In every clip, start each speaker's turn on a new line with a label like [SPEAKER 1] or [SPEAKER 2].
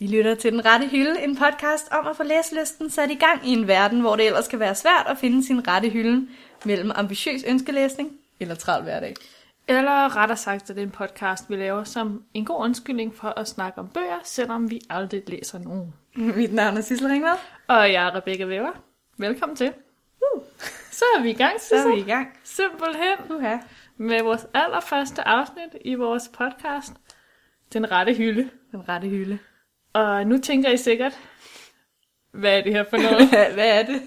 [SPEAKER 1] lytter til Den Rette Hylde, en podcast om at få læselysten sat i gang i en verden, hvor det ellers kan være svært at finde sin rette hylde mellem ambitiøs ønskelæsning eller travl hverdag.
[SPEAKER 2] Eller rettere sagt, at det er en podcast, vi laver som en god undskyldning for at snakke om bøger, selvom vi aldrig læser nogen.
[SPEAKER 1] Mit navn er Sissel Ringvad.
[SPEAKER 2] Og jeg er Rebecca Weber. Velkommen til.
[SPEAKER 1] Uh.
[SPEAKER 2] Så er vi i gang,
[SPEAKER 1] Så er vi
[SPEAKER 2] Sissel.
[SPEAKER 1] i gang.
[SPEAKER 2] Simpelthen
[SPEAKER 1] Uha.
[SPEAKER 2] med vores allerførste afsnit i vores podcast, Den Rette Hylde.
[SPEAKER 1] Den rette hylde.
[SPEAKER 2] Og nu tænker I sikkert, hvad er det her for noget?
[SPEAKER 1] Hvad er det?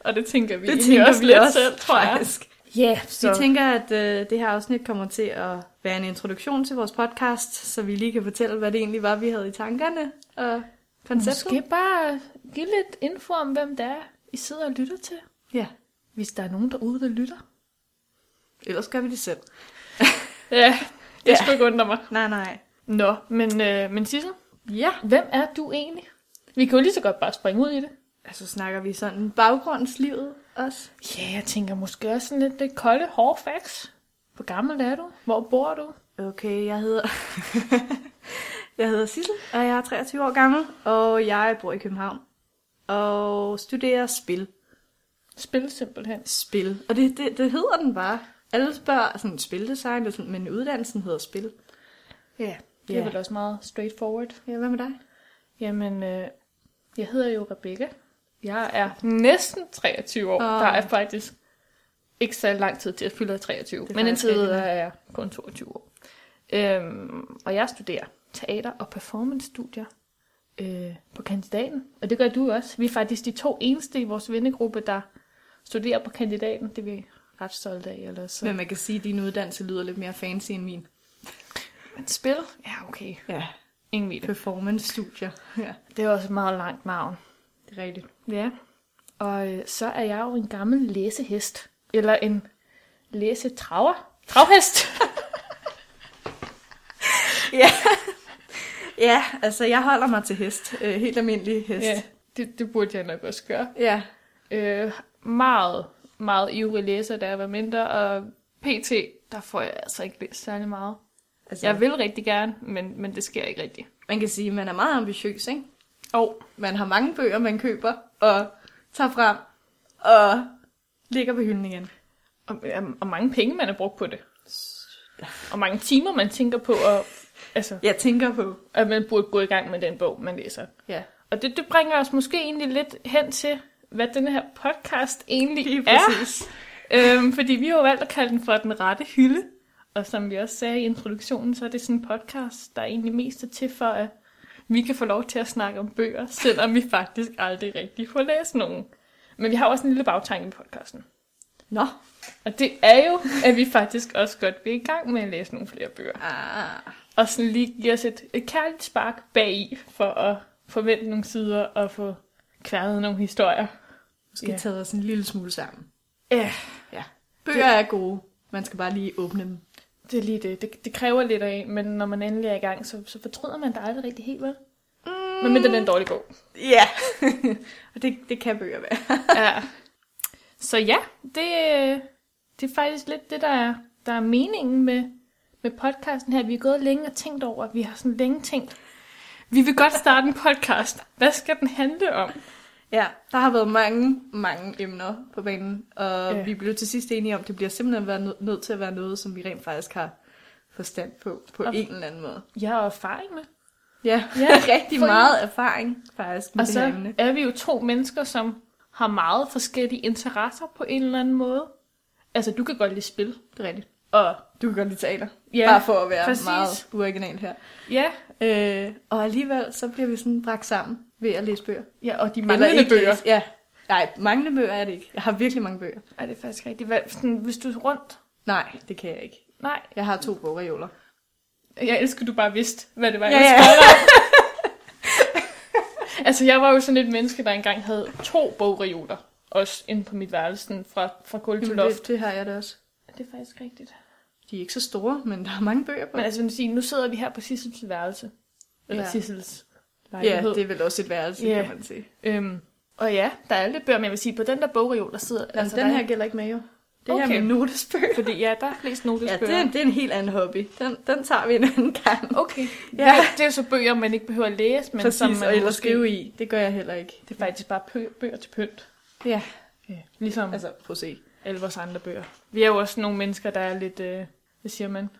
[SPEAKER 2] Og det tænker vi
[SPEAKER 1] Det
[SPEAKER 2] egentlig
[SPEAKER 1] tænker
[SPEAKER 2] også
[SPEAKER 1] vi
[SPEAKER 2] lidt
[SPEAKER 1] også,
[SPEAKER 2] selv, tror jeg.
[SPEAKER 1] faktisk.
[SPEAKER 2] Ja, yeah, så.
[SPEAKER 1] Vi tænker, at øh, det her afsnit kommer til at være en introduktion til vores podcast, så vi lige kan fortælle, hvad det egentlig var, vi havde i tankerne og konceptet.
[SPEAKER 2] Måske bare give lidt info om, hvem det er, I sidder og lytter til.
[SPEAKER 1] Ja.
[SPEAKER 2] Hvis der er nogen derude, der lytter.
[SPEAKER 1] Ellers gør vi det selv.
[SPEAKER 2] Ja, det
[SPEAKER 1] Ja.
[SPEAKER 2] ja. skulle ikke undre mig.
[SPEAKER 1] Nej, nej.
[SPEAKER 2] Nå, men, øh, men Sissel,
[SPEAKER 1] Ja.
[SPEAKER 2] hvem er du egentlig? Vi kan jo lige så godt bare springe ud i det.
[SPEAKER 1] Altså snakker vi sådan baggrundslivet også?
[SPEAKER 2] Ja, jeg tænker måske også sådan lidt det kolde, hårde facts. Hvor gammel er du? Hvor bor du?
[SPEAKER 1] Okay, jeg hedder... jeg hedder Sissel, og jeg er 23 år gammel, og jeg bor i København. Og studerer spil.
[SPEAKER 2] Spil simpelthen.
[SPEAKER 1] Spil. Og det, det, det hedder den bare. Alle spørger sådan spildesign, og sådan, men uddannelsen hedder spil.
[SPEAKER 2] Ja, det er
[SPEAKER 1] Ja.
[SPEAKER 2] vel også meget straightforward.
[SPEAKER 1] Ja, hvad med dig?
[SPEAKER 2] Jamen, øh, jeg hedder jo Rebecca. Jeg er næsten 23 år.
[SPEAKER 1] Åh.
[SPEAKER 2] Der er faktisk ikke så lang tid til at fylde 23.
[SPEAKER 1] Det er
[SPEAKER 2] Men
[SPEAKER 1] faktisk
[SPEAKER 2] indtil
[SPEAKER 1] rigtigt.
[SPEAKER 2] videre er jeg kun 22 år. Øhm, og jeg studerer teater- og performance-studier øh, på kandidaten. Og det gør du også. Vi er faktisk de to eneste i vores vennegruppe, der studerer på kandidaten. Det er vi ret stolte af ellers. Så.
[SPEAKER 1] Men man kan sige, at din uddannelse lyder lidt mere fancy end min.
[SPEAKER 2] Men spil? Ja, okay.
[SPEAKER 1] Ja.
[SPEAKER 2] Ingen ved det.
[SPEAKER 1] Performance-studier. Ja,
[SPEAKER 2] Det er også et meget langt navn.
[SPEAKER 1] det er rigtigt.
[SPEAKER 2] Ja, og øh, så er jeg jo en gammel læsehest. Eller en læsetraver. Travhest!
[SPEAKER 1] Ja, altså jeg holder mig til hest. Øh, helt almindelig hest.
[SPEAKER 2] ja, det, det burde jeg nok også gøre.
[SPEAKER 1] ja.
[SPEAKER 2] Øh, meget, meget ivrig læser, da jeg var mindre, og pt, der får jeg altså ikke læst særlig meget.
[SPEAKER 1] Altså,
[SPEAKER 2] Jeg vil rigtig gerne, men, men det sker ikke rigtigt.
[SPEAKER 1] Man kan sige, at man er meget ambitiøs, ikke?
[SPEAKER 2] Og
[SPEAKER 1] Man har mange bøger, man køber og tager frem og ligger på hylden igen.
[SPEAKER 2] Og, øhm, og mange penge, man har brugt på det. Og mange timer, man tænker på, og, altså,
[SPEAKER 1] Jeg tænker på.
[SPEAKER 2] at man burde gå i gang med den bog, man læser.
[SPEAKER 1] Ja.
[SPEAKER 2] Og det, det bringer os måske egentlig lidt hen til, hvad den her podcast
[SPEAKER 1] Lige
[SPEAKER 2] egentlig er.
[SPEAKER 1] præcis.
[SPEAKER 2] Øhm, fordi vi har jo valgt at kalde den for Den Rette Hylde. Og som vi også sagde i introduktionen, så er det sådan en podcast, der egentlig mest er til for, at vi kan få lov til at snakke om bøger, selvom vi faktisk aldrig rigtig får læst nogen. Men vi har også en lille bagtanke i podcasten.
[SPEAKER 1] Nå.
[SPEAKER 2] Og det er jo, at vi faktisk også godt vil i gang med at læse nogle flere bøger.
[SPEAKER 1] Ah.
[SPEAKER 2] Og sådan lige give os et, et kærligt spark bagi for at forvente nogle sider og få kværnet nogle historier.
[SPEAKER 1] Måske
[SPEAKER 2] Ja.
[SPEAKER 1] yeah. taget os en lille smule sammen.
[SPEAKER 2] Ja,
[SPEAKER 1] Ja. Bøger er gode. Man skal bare lige åbne dem.
[SPEAKER 2] det er lige det. det. Det kræver lidt af en, men når man endelig er i gang, så, så fortryder man det aldrig rigtig helt, vel? Mm. Men mindre den er en dårlig bog.
[SPEAKER 1] Ja. og det, det kan bøger være.
[SPEAKER 2] ja. Så ja, det, øh, det er faktisk lidt det, der er, der er meningen med, med podcasten her. Vi er gået længe og tænkt over, at vi har sådan længe tænkt, vi vil godt starte en podcast. Hvad skal den handle om?
[SPEAKER 1] Ja, der har været mange, mange emner på banen, og
[SPEAKER 2] Ja.
[SPEAKER 1] vi blev til sidst enige om, at det bliver simpelthen være nød, nødt til at være noget, som vi rent faktisk har forstand på, på
[SPEAKER 2] Og-
[SPEAKER 1] en eller anden måde.
[SPEAKER 2] Jeg har erfaring med.
[SPEAKER 1] Ja,
[SPEAKER 2] Ja,
[SPEAKER 1] rigtig
[SPEAKER 2] for-
[SPEAKER 1] meget erfaring faktisk med
[SPEAKER 2] Og
[SPEAKER 1] det her
[SPEAKER 2] så
[SPEAKER 1] emne.
[SPEAKER 2] er vi jo to mennesker, som har meget forskellige interesser på en eller anden måde. Altså, du kan godt lide spil.
[SPEAKER 1] Det er rigtigt.
[SPEAKER 2] Og
[SPEAKER 1] Du kan godt lide teater,
[SPEAKER 2] ja,
[SPEAKER 1] bare for at være
[SPEAKER 2] præcis.
[SPEAKER 1] meget uoriginal her.
[SPEAKER 2] ja,
[SPEAKER 1] Øh, og alligevel, så bliver vi sådan bragt sammen ved at læse bøger.
[SPEAKER 2] ja, og de
[SPEAKER 1] Eller
[SPEAKER 2] manglende
[SPEAKER 1] ikke
[SPEAKER 2] bøger.
[SPEAKER 1] læse- Ja. Nej, manglende bøger er det ikke. Jeg har virkelig mange bøger.
[SPEAKER 2] Ej, det er faktisk rigtigt. Hvad, sådan, hvis du er rundt,
[SPEAKER 1] Nej, det kan jeg ikke.
[SPEAKER 2] nej,
[SPEAKER 1] Jeg har to bogreoler.
[SPEAKER 2] jeg elsker, du bare vidste, hvad det var,
[SPEAKER 1] Ja,
[SPEAKER 2] jeg
[SPEAKER 1] ja.
[SPEAKER 2] skulle have. Altså, jeg var jo sådan et menneske, der engang havde to bogreoler. Også inde på mit værelse, sådan fra, fra gulv til
[SPEAKER 1] Jamen,
[SPEAKER 2] loft.
[SPEAKER 1] det, det har jeg da også.
[SPEAKER 2] Det er faktisk rigtigt.
[SPEAKER 1] De er ikke så store, men der er mange bøger på.
[SPEAKER 2] Men altså, jeg vil sige, nu sidder vi her på Sissels værelse. Eller
[SPEAKER 1] Ja.
[SPEAKER 2] ja. Sissels
[SPEAKER 1] Ja,
[SPEAKER 2] lejlighed.
[SPEAKER 1] det er vel også et værelse,
[SPEAKER 2] Ja.
[SPEAKER 1] kan man sige.
[SPEAKER 2] Øhm, og ja, der er lidt bøger, men jeg vil sige, på den der bogreol, der sidder...
[SPEAKER 1] Altså,
[SPEAKER 2] der
[SPEAKER 1] den
[SPEAKER 2] er-
[SPEAKER 1] her gælder ikke med, jo. Det okay. her
[SPEAKER 2] Okay.
[SPEAKER 1] med notesbøger.
[SPEAKER 2] Fordi ja, der er flest
[SPEAKER 1] Ja,
[SPEAKER 2] notesbøger.
[SPEAKER 1] det er, det er en helt anden hobby. Den, den tager vi en anden gang.
[SPEAKER 2] Okay.
[SPEAKER 1] Ja.
[SPEAKER 2] Ja. Det, er- det er jo så bøger, man ikke behøver at læse, men som
[SPEAKER 1] Præcis,
[SPEAKER 2] man
[SPEAKER 1] og ellers
[SPEAKER 2] måske-
[SPEAKER 1] skrive i. Det gør jeg heller ikke.
[SPEAKER 2] Det er faktisk bare pø- bøger til pynt.
[SPEAKER 1] Ja,
[SPEAKER 2] Ja. Ligesom altså.
[SPEAKER 1] altså prøv at se.
[SPEAKER 2] alle vores andre bøger. Vi er jo også nogle mennesker, der er lidt, øh, hvad siger man,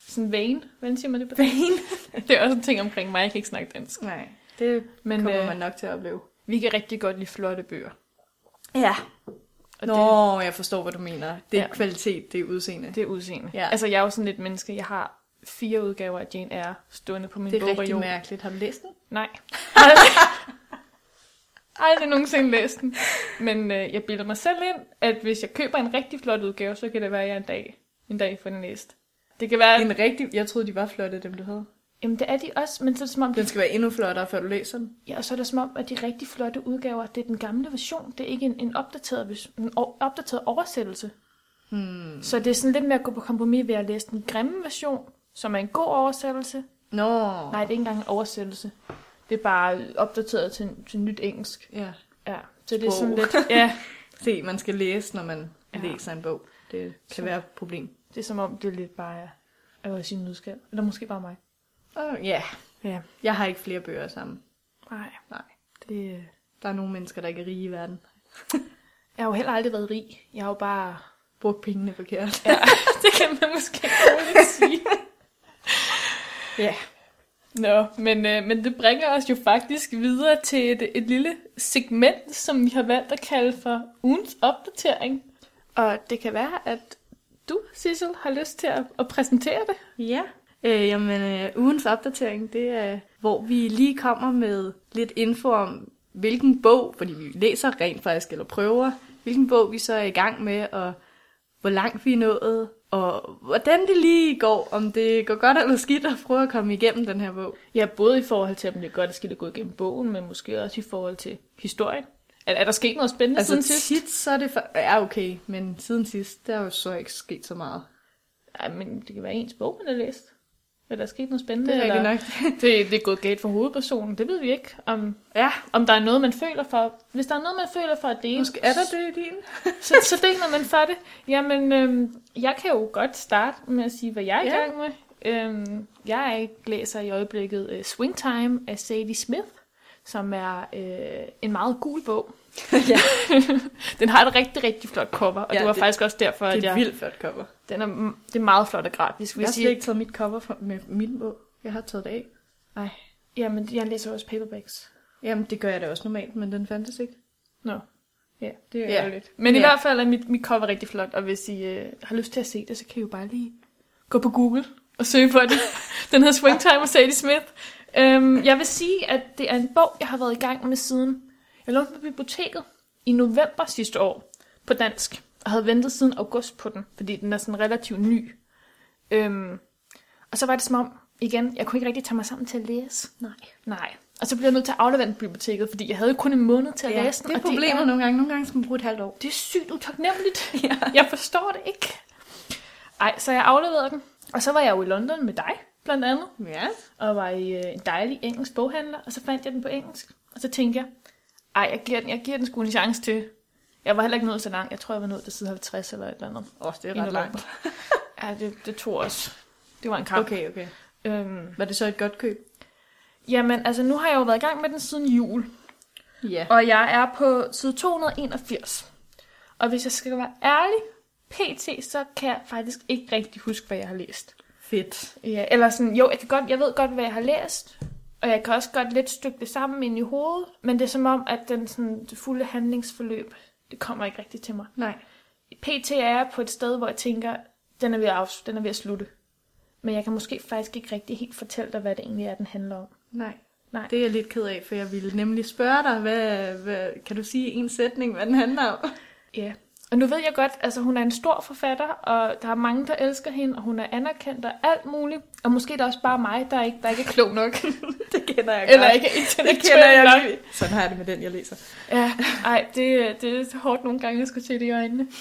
[SPEAKER 2] sådan vane. Hvordan siger man det på
[SPEAKER 1] Vane.
[SPEAKER 2] Det er også en ting omkring mig, jeg kan ikke snakke dansk.
[SPEAKER 1] Nej, det
[SPEAKER 2] Men
[SPEAKER 1] kommer
[SPEAKER 2] øh,
[SPEAKER 1] man nok til at opleve.
[SPEAKER 2] vi kan rigtig godt lide flotte bøger.
[SPEAKER 1] Ja.
[SPEAKER 2] Og
[SPEAKER 1] Nå, jeg forstår, hvad du mener. Det er
[SPEAKER 2] Ja.
[SPEAKER 1] ikke kvalitet, det er udseende.
[SPEAKER 2] Det, det er udseende.
[SPEAKER 1] Ja.
[SPEAKER 2] Altså, jeg er jo sådan lidt menneske. Jeg har fire udgaver af Jane Eyre stående på min
[SPEAKER 1] det er rigtig
[SPEAKER 2] bogreol.
[SPEAKER 1] mærkeligt. Har du læst den?
[SPEAKER 2] Nej. Aldrig, aldrig nogensinde læst den. Men øh, jeg bilder mig selv ind, at hvis jeg køber en rigtig flot udgave, så kan det være, at jeg en dag, en dag får den læst. Det kan være...
[SPEAKER 1] En rigtig... Jeg troede, de var flotte, dem du havde.
[SPEAKER 2] Jamen, det er de også, men så er det som om,
[SPEAKER 1] Den
[SPEAKER 2] de,
[SPEAKER 1] skal være endnu flottere, før du læser den.
[SPEAKER 2] ja, og så er det som om, at de rigtig flotte udgaver, det er den gamle version. Det er ikke en, en, opdateret, vers- en o- opdateret oversættelse.
[SPEAKER 1] Hmm.
[SPEAKER 2] Så det er sådan lidt med at gå på kompromis ved at læse den grimme version, som er en god oversættelse.
[SPEAKER 1] Nå.
[SPEAKER 2] Nej, det er ikke engang en oversættelse. Det er bare opdateret til, til nyt engelsk.
[SPEAKER 1] Ja.
[SPEAKER 2] Ja, så det er sådan
[SPEAKER 1] Sprog.
[SPEAKER 2] lidt... Ja,
[SPEAKER 1] Se, man skal læse, når man ja.
[SPEAKER 2] Ja.
[SPEAKER 1] læser en bog. Det kan
[SPEAKER 2] Så-
[SPEAKER 1] være et problem.
[SPEAKER 2] Det er som om, det er lidt bare er at være sin nysgerrighed. Eller måske bare mig.
[SPEAKER 1] Og ja,
[SPEAKER 2] Ja.
[SPEAKER 1] jeg har ikke flere bøger sammen.
[SPEAKER 2] Nej.
[SPEAKER 1] Nej.
[SPEAKER 2] Det... øh,
[SPEAKER 1] Der er nogle mennesker, der ikke er rige i verden.
[SPEAKER 2] Jeg har jo heller aldrig været rig. Jeg har jo bare...
[SPEAKER 1] Brug pengene forkert.
[SPEAKER 2] Ja, det kan man måske roligt sige.
[SPEAKER 1] Ja.
[SPEAKER 2] Nå, men, øh, men det bringer os jo faktisk videre til et, et lille segment, som vi har valgt at kalde for ugens opdatering. Og det kan være, at du, Sissel, har lyst til at, at præsentere det.
[SPEAKER 1] Ja. Øh, jamen, øh, ugens opdatering, det er, hvor vi lige kommer med lidt info om, hvilken bog, fordi vi læser rent faktisk, eller prøver, hvilken bog vi så er i gang med, og hvor langt vi er nået, og hvordan det lige går, om det går godt eller skidt at prøve at komme igennem den her bog.
[SPEAKER 2] Ja, både i forhold til, om det er godt at skille gå igennem bogen, men måske også i forhold til historien. Er, er der sket noget spændende altså,
[SPEAKER 1] Altså
[SPEAKER 2] siden sidst?
[SPEAKER 1] tit, så er det for... Ja, okay, men siden sidst, der er jo så ikke sket så meget.
[SPEAKER 2] Ej, men det kan være ens bog, man har læst. Er der sket noget spændende?
[SPEAKER 1] Det er rigtigt
[SPEAKER 2] eller...
[SPEAKER 1] nok.
[SPEAKER 2] det, det er gået galt for hovedpersonen. Det ved vi ikke, om,
[SPEAKER 1] Ja,
[SPEAKER 2] om der er noget, man føler for. Hvis der er noget, man føler for at dele,
[SPEAKER 1] måske er der det i din?
[SPEAKER 2] Så, så deler man for det. Jamen, øhm, jeg kan jo godt starte med at sige, hvad jeg er i
[SPEAKER 1] Ja.
[SPEAKER 2] gang med. Øhm, jeg læser i øjeblikket øh, Swingtime af Sadie Smith, som er øh, en meget gul bog.
[SPEAKER 1] Ja.
[SPEAKER 2] den har et rigtig, rigtig flot cover, og
[SPEAKER 1] Ja,
[SPEAKER 2] ja, det var
[SPEAKER 1] det-
[SPEAKER 2] det, faktisk også derfor, at
[SPEAKER 1] Det er et
[SPEAKER 2] jeg...
[SPEAKER 1] vildt flot cover.
[SPEAKER 2] Den er, m- det er meget flot og grafisk.
[SPEAKER 1] Jeg
[SPEAKER 2] Hvis
[SPEAKER 1] har
[SPEAKER 2] jeg,
[SPEAKER 1] slet ikke taget mit cover fra- med min bog. Jeg har taget det af.
[SPEAKER 2] Jamen, jeg læser også paperbacks.
[SPEAKER 1] Jamen, det gør jeg da også normalt, men den fandtes ikke.
[SPEAKER 2] Nå. Ja, det er
[SPEAKER 1] Ja.
[SPEAKER 2] ærgerligt. Men i
[SPEAKER 1] Ja.
[SPEAKER 2] hvert fald er mit, mit cover rigtig flot, og hvis I øh, har lyst til at se det, så kan I jo bare lige gå på Google og søge på det. Den hedder Swingtime og Sadie Smith. Øhm, jeg vil sige, at det er en bog, jeg har været i gang med siden. Jeg lånte den på biblioteket i november sidste år på dansk, og havde ventet siden august på den, fordi den er sådan relativt ny. Øhm, og så var det som om, igen, jeg kunne ikke rigtig tage mig sammen til at læse.
[SPEAKER 1] Nej.
[SPEAKER 2] Nej. Og så blev jeg nødt til at aflevere den på biblioteket, fordi jeg havde jo kun en måned til at
[SPEAKER 1] Ja,
[SPEAKER 2] læse den.
[SPEAKER 1] det er
[SPEAKER 2] og det
[SPEAKER 1] problemet
[SPEAKER 2] er,
[SPEAKER 1] nogle gange. Nogle gange skal man bruge et halvt år.
[SPEAKER 2] det er sygt utaknemmeligt. ja. Jeg forstår det ikke. Ej, så jeg afleverede den. Og så var jeg jo i London med dig, blandt andet.
[SPEAKER 1] Ja.
[SPEAKER 2] Og var i øh, en dejlig engelsk boghandler. Og så fandt jeg den på engelsk. Og så tænkte jeg, ej, jeg giver den, jeg giver den sgu en chance til. Jeg var heller ikke nået så langt. Jeg tror, jeg var nået til side 50 eller et eller andet.
[SPEAKER 1] Åh, oh, det er
[SPEAKER 2] i
[SPEAKER 1] ret
[SPEAKER 2] november.
[SPEAKER 1] langt.
[SPEAKER 2] Ja, det, det tog os. Det var en kamp.
[SPEAKER 1] Okay, okay.
[SPEAKER 2] Øhm,
[SPEAKER 1] Var det så et godt køb?
[SPEAKER 2] jamen, altså nu har jeg jo været i gang med den siden jul.
[SPEAKER 1] Ja.
[SPEAKER 2] Og jeg er på side 281. Og hvis jeg skal være ærlig, pt, så kan jeg faktisk ikke rigtig huske, hvad jeg har læst.
[SPEAKER 1] Fedt.
[SPEAKER 2] Ja, eller sådan, jo, jeg, kan godt, jeg ved godt, hvad jeg har læst, og jeg kan også godt lidt stykke det sammen ind i hovedet, men det er som om, at den sådan, det fulde handlingsforløb, det kommer ikke rigtigt til mig.
[SPEAKER 1] Nej.
[SPEAKER 2] PT er jeg på et sted, hvor jeg tænker, den er ved at, afs- den er ved at slutte. Men jeg kan måske faktisk ikke rigtig helt fortælle dig, hvad det egentlig er, den handler om.
[SPEAKER 1] Nej.
[SPEAKER 2] Nej.
[SPEAKER 1] Det er jeg lidt ked af, for jeg ville nemlig spørge dig, hvad, hvad, kan du sige i en sætning, hvad den handler om?
[SPEAKER 2] Ja, og nu ved jeg godt, altså hun er en stor forfatter, og der er mange, der elsker hende, og hun er anerkendt og alt muligt. Og måske er det også bare mig, der ikke, der ikke er klog nok,
[SPEAKER 1] Det kender jeg
[SPEAKER 2] eller ikke er
[SPEAKER 1] det kender
[SPEAKER 2] intellektuel
[SPEAKER 1] jeg
[SPEAKER 2] nok.
[SPEAKER 1] nok. Sådan har jeg det med den, jeg læser.
[SPEAKER 2] Ja, ej, det, det er hårdt nogle gange at skulle se det i øjnene.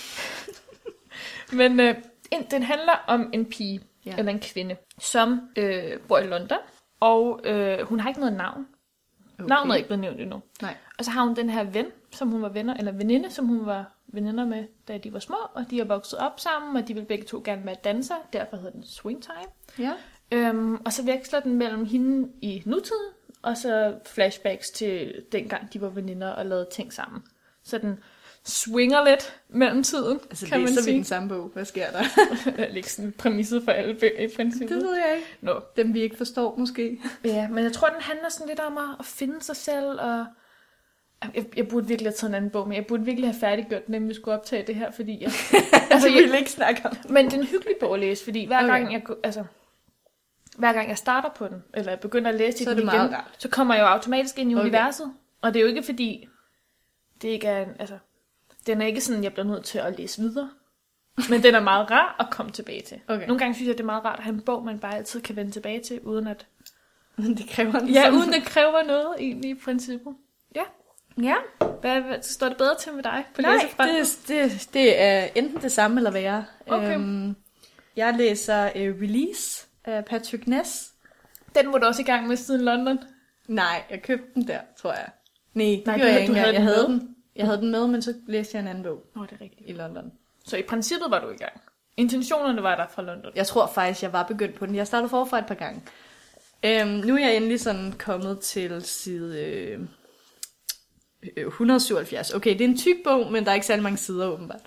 [SPEAKER 2] Men øh, ind- den handler om en pige,
[SPEAKER 1] Ja.
[SPEAKER 2] ja. eller en kvinde, som øh, bor i London, og øh, hun har ikke noget navn. Okay. Navnet er ikke blevet nævnt endnu.
[SPEAKER 1] Nej.
[SPEAKER 2] Og så har hun den her ven, som hun var venner, eller veninde, som hun var veninder med, da de var små, og de har vokset op sammen, og de vil begge to gerne være danser, derfor hedder den Swing Time.
[SPEAKER 1] Ja.
[SPEAKER 2] Øhm, og så veksler den mellem hende i nutiden, og så flashbacks til dengang, de var veninder og lavede ting sammen. Så den swinger lidt mellem tiden,
[SPEAKER 1] Altså,
[SPEAKER 2] kan man
[SPEAKER 1] læser vi
[SPEAKER 2] sige.
[SPEAKER 1] den samme bog? Hvad sker der?
[SPEAKER 2] Det er ikke sådan præmisset for alle bøger i princippet.
[SPEAKER 1] det ved jeg ikke.
[SPEAKER 2] Nå.
[SPEAKER 1] Dem, vi ikke forstår, måske.
[SPEAKER 2] Ja, men jeg tror, den handler sådan lidt om at, at finde sig selv, og jeg, jeg burde virkelig have taget en anden bog, men jeg burde virkelig have færdiggjort den, inden vi skulle optage det her, fordi jeg... altså, jeg
[SPEAKER 1] ikke snakke om
[SPEAKER 2] men det er en hyggelig bog at læse, fordi hver okay.
[SPEAKER 1] Okay.
[SPEAKER 2] gang jeg... kunne- Altså, hver gang jeg starter på den, eller jeg begynder at læse i
[SPEAKER 1] Så er
[SPEAKER 2] den
[SPEAKER 1] det
[SPEAKER 2] igen,
[SPEAKER 1] meget rart.
[SPEAKER 2] så kommer jeg jo automatisk ind i okay.
[SPEAKER 1] Okay.
[SPEAKER 2] universet. Og det er jo ikke fordi, det ikke er... en- Altså, den er ikke sådan, jeg bliver nødt til at læse videre. Men den er meget rar at komme tilbage til.
[SPEAKER 1] Okay.
[SPEAKER 2] Nogle gange synes jeg, det er meget rart at have en bog, man bare altid kan vende tilbage til, uden at
[SPEAKER 1] Men det kræver en
[SPEAKER 2] Ja,
[SPEAKER 1] sådan-
[SPEAKER 2] uden det kræver noget egentlig i princippet. Ja.
[SPEAKER 1] Ja,
[SPEAKER 2] Hvad, hvad står det bedre til med dig på
[SPEAKER 1] nej,
[SPEAKER 2] læsefronten?
[SPEAKER 1] det, det, det er enten det samme eller værre.
[SPEAKER 2] Okay.
[SPEAKER 1] Øhm, jeg læser øh, Release af Patrick Ness.
[SPEAKER 2] Den var du også i gang med siden London.
[SPEAKER 1] Nej, jeg købte den der, tror jeg. Nej, det
[SPEAKER 2] Nej,
[SPEAKER 1] Nej,
[SPEAKER 2] du
[SPEAKER 1] gjorde
[SPEAKER 2] havde-
[SPEAKER 1] jeg
[SPEAKER 2] du
[SPEAKER 1] ikke engang.
[SPEAKER 2] havde
[SPEAKER 1] Jeg
[SPEAKER 2] den
[SPEAKER 1] havde
[SPEAKER 2] med.
[SPEAKER 1] den. Jeg havde den med, men så læste jeg en anden bog
[SPEAKER 2] Nå, det er rigtigt.
[SPEAKER 1] i London.
[SPEAKER 2] Så i princippet var du i gang. Intentionerne var der fra London.
[SPEAKER 1] Jeg tror faktisk, jeg var begyndt på den. Jeg startede forfra et par gange. Øhm, nu er jeg endelig sådan kommet til side øh, øh, 177. Okay, det er en tyk bog, men der er ikke særlig mange sider åbenbart.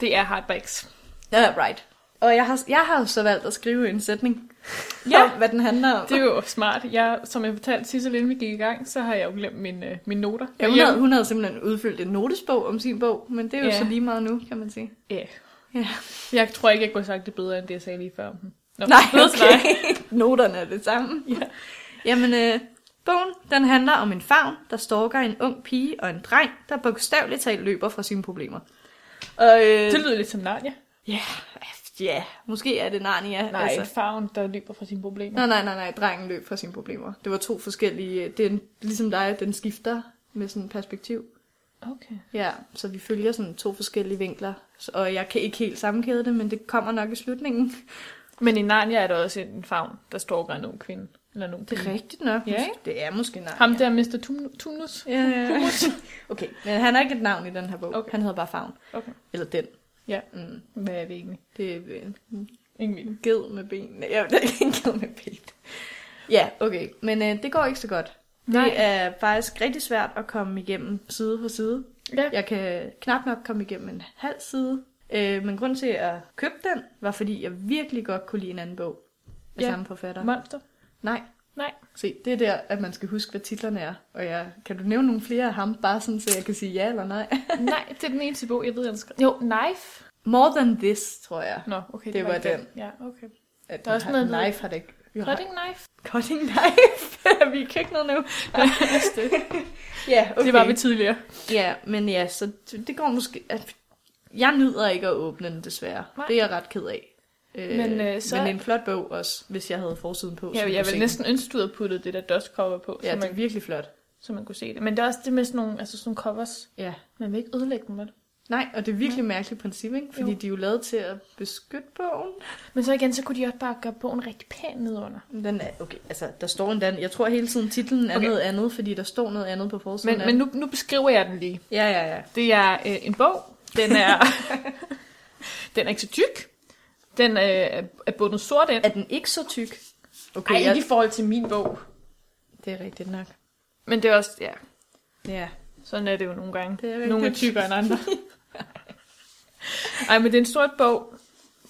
[SPEAKER 2] Det er hardbacks.
[SPEAKER 1] Ja, right. Og jeg har, jeg har jo så valgt at skrive en sætning
[SPEAKER 2] Ja.
[SPEAKER 1] ja. om, hvad den handler om.
[SPEAKER 2] Det er jo smart. Jeg, som jeg fortalte Sissel, inden vi gik i gang, så har jeg jo glemt mine, øh, mine noter.
[SPEAKER 1] Ja, hun, havde, hun havde simpelthen udfyldt en notesbog om sin bog, men det er jo
[SPEAKER 2] Ja.
[SPEAKER 1] ja. så lige meget nu, kan man sige.
[SPEAKER 2] Ja.
[SPEAKER 1] Ja.
[SPEAKER 2] Jeg tror ikke, jeg kunne have sagt det bedre, end det, jeg sagde lige før. om den. Nå,
[SPEAKER 1] Nej,
[SPEAKER 2] videre til dig.
[SPEAKER 1] okay. Noterne er det samme.
[SPEAKER 2] Ja.
[SPEAKER 1] Jamen, øh, bogen den handler om en favn, der stalker en ung pige og en dreng, der bogstaveligt talt løber fra sine problemer. Og øh,
[SPEAKER 2] Det lyder lidt som Narnia.
[SPEAKER 1] ja, ja, måske er det Narnia.
[SPEAKER 2] Nej, altså. farven, der løber fra sine problemer.
[SPEAKER 1] Nej, nej, nej, nej, drengen løb fra sine problemer. Det var to forskellige, det er en, ligesom dig, den skifter med sådan et perspektiv.
[SPEAKER 2] Okay.
[SPEAKER 1] Ja, så vi følger sådan to forskellige vinkler, Så- og jeg kan ikke helt sammenkæde det, men det kommer nok i slutningen.
[SPEAKER 2] Men i Narnia er der også en favn, der stalker en ung kvinde. Eller en ung
[SPEAKER 1] Det
[SPEAKER 2] pige.
[SPEAKER 1] er rigtigt nok.
[SPEAKER 2] Ja,
[SPEAKER 1] Ja,
[SPEAKER 2] ikke?
[SPEAKER 1] det er måske Narnia.
[SPEAKER 2] Ham der, Mr. Tum- Tunus.
[SPEAKER 1] Ja, ja, ja. Okay, men han har ikke et navn i den her bog.
[SPEAKER 2] Okay.
[SPEAKER 1] Okay. Han hedder bare Favn.
[SPEAKER 2] Okay.
[SPEAKER 1] Eller den.
[SPEAKER 2] Ja.
[SPEAKER 1] Mm,
[SPEAKER 2] Hvad er det egentlig?
[SPEAKER 1] det er øh,
[SPEAKER 2] Ingen vildt.
[SPEAKER 1] en ged med ben. Ja, det er en ged med ben. Ja, okay. Men øh, det går ikke så godt. Det er faktisk rigtig svært at komme igennem side for side.
[SPEAKER 2] Ja.
[SPEAKER 1] Jeg kan knap nok komme igennem en halv side. Øh, men grund til at købe den, var fordi jeg virkelig godt kunne lide en anden bog af
[SPEAKER 2] Ja.
[SPEAKER 1] ja. samme forfatter.
[SPEAKER 2] Monster.
[SPEAKER 1] Nej.
[SPEAKER 2] Nej.
[SPEAKER 1] Se, det er der, at man skal huske, hvad titlerne er. Og jeg, kan du nævne nogle flere af ham, bare sådan, så jeg kan sige ja eller nej?
[SPEAKER 2] nej, det er den eneste bog, jeg ved, han skrev. Jo, Knife.
[SPEAKER 1] More Than This, tror jeg.
[SPEAKER 2] Nå, okay.
[SPEAKER 1] Det var
[SPEAKER 2] ikke
[SPEAKER 1] den.
[SPEAKER 2] Ja, okay.
[SPEAKER 1] At
[SPEAKER 2] Der er også
[SPEAKER 1] har-
[SPEAKER 2] noget med-
[SPEAKER 1] Knife har det ikke. Jo,
[SPEAKER 2] Cutting Knife.
[SPEAKER 1] Cutting knife. vi er køkkenet nu.
[SPEAKER 2] det.
[SPEAKER 1] Ja, okay.
[SPEAKER 2] det var vi tidligere.
[SPEAKER 1] Ja, men ja, så det det går måske... At... Jeg nyder ikke at åbne den, desværre.
[SPEAKER 2] Nej.
[SPEAKER 1] Nej. Det er jeg ret ked af. Øh,
[SPEAKER 2] Men, øh, så-
[SPEAKER 1] men en flot bog også, hvis jeg havde forsiden på.
[SPEAKER 2] Jeg,
[SPEAKER 1] så man
[SPEAKER 2] jeg
[SPEAKER 1] kunne se den.
[SPEAKER 2] vil næsten ønske, du havde puttet det der dust cover på,
[SPEAKER 1] Ja,
[SPEAKER 2] så,
[SPEAKER 1] det er
[SPEAKER 2] man,
[SPEAKER 1] virkelig flot.
[SPEAKER 2] så man kunne se det. Men det er også det med sådan nogle, altså sådan nogle covers.
[SPEAKER 1] Ja.
[SPEAKER 2] Man vil ikke ødelægge dem, vel?
[SPEAKER 1] Nej, og det er virkelig mærkeligt princip, ikke? Fordi
[SPEAKER 2] Jo.
[SPEAKER 1] jo. de er jo lavet til at beskytte bogen.
[SPEAKER 2] Men så igen, så kunne de også bare gøre bogen rigtig pæn nedenunder.
[SPEAKER 1] Den er, okay, altså, der står endda... Jeg tror hele tiden, titlen er
[SPEAKER 2] Okay.
[SPEAKER 1] okay. noget andet, fordi der står noget andet på forsiden.
[SPEAKER 2] Men,
[SPEAKER 1] af
[SPEAKER 2] men
[SPEAKER 1] den.
[SPEAKER 2] nu, nu beskriver jeg den lige.
[SPEAKER 1] Ja, ja, ja.
[SPEAKER 2] Det er øh, en bog. Den er, den er ikke så tyk. Den øh, er- er bundet sort ind.
[SPEAKER 1] Er den ikke så tyk? Okay,
[SPEAKER 2] Ej,
[SPEAKER 1] Altså, jeg...
[SPEAKER 2] ikke i forhold til min bog.
[SPEAKER 1] det er rigtigt nok.
[SPEAKER 2] Men det er også, ja,
[SPEAKER 1] Ja.
[SPEAKER 2] sådan er det jo nogle gange.
[SPEAKER 1] Det er rigtigt.
[SPEAKER 2] nogle er tykkere end andre. Ej, men det er en sort bog.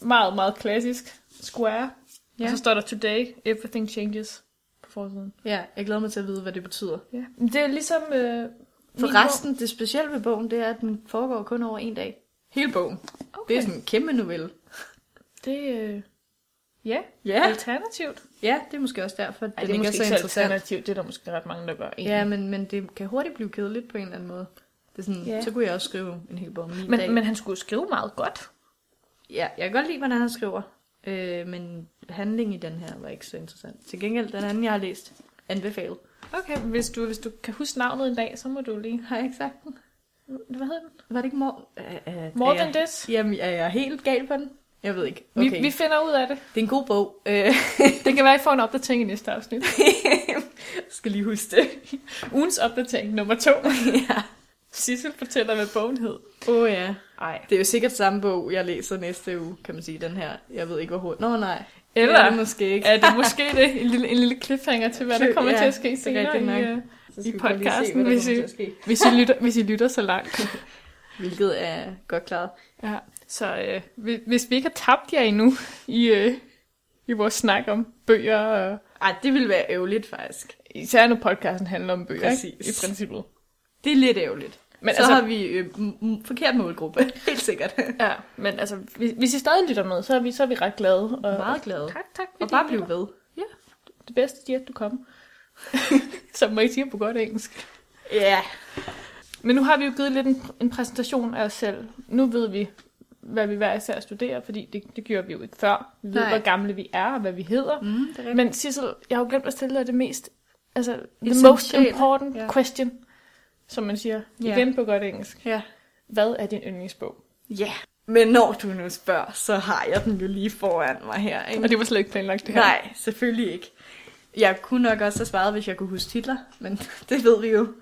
[SPEAKER 2] Meget, meget klassisk. Square. Ja. Og så står der Today, Everything Changes på forsiden.
[SPEAKER 1] Ja, jeg glæder mig til at vide, hvad det betyder.
[SPEAKER 2] Ja. Men Det er ligesom... Øh,
[SPEAKER 1] For
[SPEAKER 2] min
[SPEAKER 1] resten, det specielle ved bogen, det er, at den foregår kun over en dag. Hele bogen.
[SPEAKER 2] Bog. Okay.
[SPEAKER 1] Det er sådan en kæmpe novelle.
[SPEAKER 2] Det, øh, ja,
[SPEAKER 1] Ja.
[SPEAKER 2] ja, alternativt.
[SPEAKER 1] Ja, det er måske også derfor, at
[SPEAKER 2] Ej,
[SPEAKER 1] den
[SPEAKER 2] det er
[SPEAKER 1] ikke er
[SPEAKER 2] måske
[SPEAKER 1] så
[SPEAKER 2] ikke så
[SPEAKER 1] interessant.
[SPEAKER 2] alternativt. Det er der måske ret mange, der gør. egentlig.
[SPEAKER 1] Ja, men, men det kan hurtigt blive kedeligt på en eller anden måde. Det er sådan,
[SPEAKER 2] Ja.
[SPEAKER 1] ja. så kunne jeg også skrive en hel bog om min dag.
[SPEAKER 2] Men, men han skulle jo skrive meget godt.
[SPEAKER 1] Ja, jeg kan godt lide, hvordan han skriver. Øh, men handlingen i den her var ikke så interessant. Til gengæld, den anden, jeg har læst, anbefalet.
[SPEAKER 2] Okay, hvis du, hvis du kan huske navnet en dag, så må du lige...
[SPEAKER 1] Har jeg ikke sagt den?
[SPEAKER 2] Hvad hed den?
[SPEAKER 1] Var det ikke Mor... Uh, uh,
[SPEAKER 2] More Than This?
[SPEAKER 1] Jamen, er jeg helt gal på den? Jeg ved ikke.
[SPEAKER 2] Okay.
[SPEAKER 1] Okay.
[SPEAKER 2] Vi, vi finder ud af det.
[SPEAKER 1] Det er en god bog. Øh,
[SPEAKER 2] Det kan være, at I får en opdatering i næste afsnit.
[SPEAKER 1] jeg skal lige huske det.
[SPEAKER 2] Ugens opdatering nummer to. ja. Sissel fortæller, hvad bogen hed.
[SPEAKER 1] Åh oh, ja.
[SPEAKER 2] Ej.
[SPEAKER 1] Det er jo sikkert samme bog, jeg læser næste uge, kan man sige, den her. Jeg ved ikke, hvor hurtigt. Nå nej.
[SPEAKER 2] Eller
[SPEAKER 1] Det er det måske ikke.
[SPEAKER 2] er det måske det? En lille, en lille cliffhanger til, hvad der
[SPEAKER 1] Cliff-
[SPEAKER 2] kommer
[SPEAKER 1] ja,
[SPEAKER 2] til at ske
[SPEAKER 1] det er rigtigt
[SPEAKER 2] senere i,
[SPEAKER 1] nok.
[SPEAKER 2] øh,
[SPEAKER 1] Så skal
[SPEAKER 2] i
[SPEAKER 1] vi prøve lige at se,
[SPEAKER 2] podcasten,
[SPEAKER 1] hvad der
[SPEAKER 2] hvis
[SPEAKER 1] kommer
[SPEAKER 2] I-
[SPEAKER 1] til at ske.
[SPEAKER 2] hvis, I lytter, hvis I lytter så langt.
[SPEAKER 1] Hvilket er godt klaret.
[SPEAKER 2] Ja. Så øh, hvi- hvis vi ikke har tabt jer endnu i, øh, i vores snak om bøger, og
[SPEAKER 1] Ej, det ville være ærgerligt faktisk.
[SPEAKER 2] især når podcasten handler om bøger, ikke? i
[SPEAKER 1] Præcis.
[SPEAKER 2] princippet.
[SPEAKER 1] Det er lidt ærgerligt.
[SPEAKER 2] Men
[SPEAKER 1] Men så
[SPEAKER 2] altså-
[SPEAKER 1] altså... har vi øh, m- m- forkert målgruppe, helt sikkert.
[SPEAKER 2] Ja, men altså, hvis, hvis I stadig lytter med, så er vi, så er vi ret glade. Og,
[SPEAKER 1] Meget glade.
[SPEAKER 2] Tak, tak.
[SPEAKER 1] Og
[SPEAKER 2] fordi
[SPEAKER 1] bare
[SPEAKER 2] I
[SPEAKER 1] blive
[SPEAKER 2] lytter.
[SPEAKER 1] ved.
[SPEAKER 2] Det bedste, det er, at du kom. Som man siger på godt engelsk.
[SPEAKER 1] Ja.
[SPEAKER 2] Men nu har vi jo givet lidt en, en præsentation af os selv. Nu ved vi, hvad vi hver især studerer, fordi det, det gjorde vi jo ikke før. Vi ved,
[SPEAKER 1] Nej.
[SPEAKER 2] hvor gamle vi er og hvad vi hedder.
[SPEAKER 1] Mm, det er rigtigt.
[SPEAKER 2] Men Sissel, jeg har jo glemt at stille dig det mest, altså, the
[SPEAKER 1] Essentielle.
[SPEAKER 2] most important
[SPEAKER 1] Ja.
[SPEAKER 2] question, som man siger,
[SPEAKER 1] Ja.
[SPEAKER 2] igen på godt engelsk.
[SPEAKER 1] Ja.
[SPEAKER 2] Hvad er din yndlingsbog?
[SPEAKER 1] Ja. Men når du nu spørger, så har jeg den jo lige foran mig her. Ikke?
[SPEAKER 2] Og det var slet ikke planlagt det her.
[SPEAKER 1] Nej, selvfølgelig ikke. Jeg kunne nok også have svaret, hvis jeg kunne huske titler, men det ved vi jo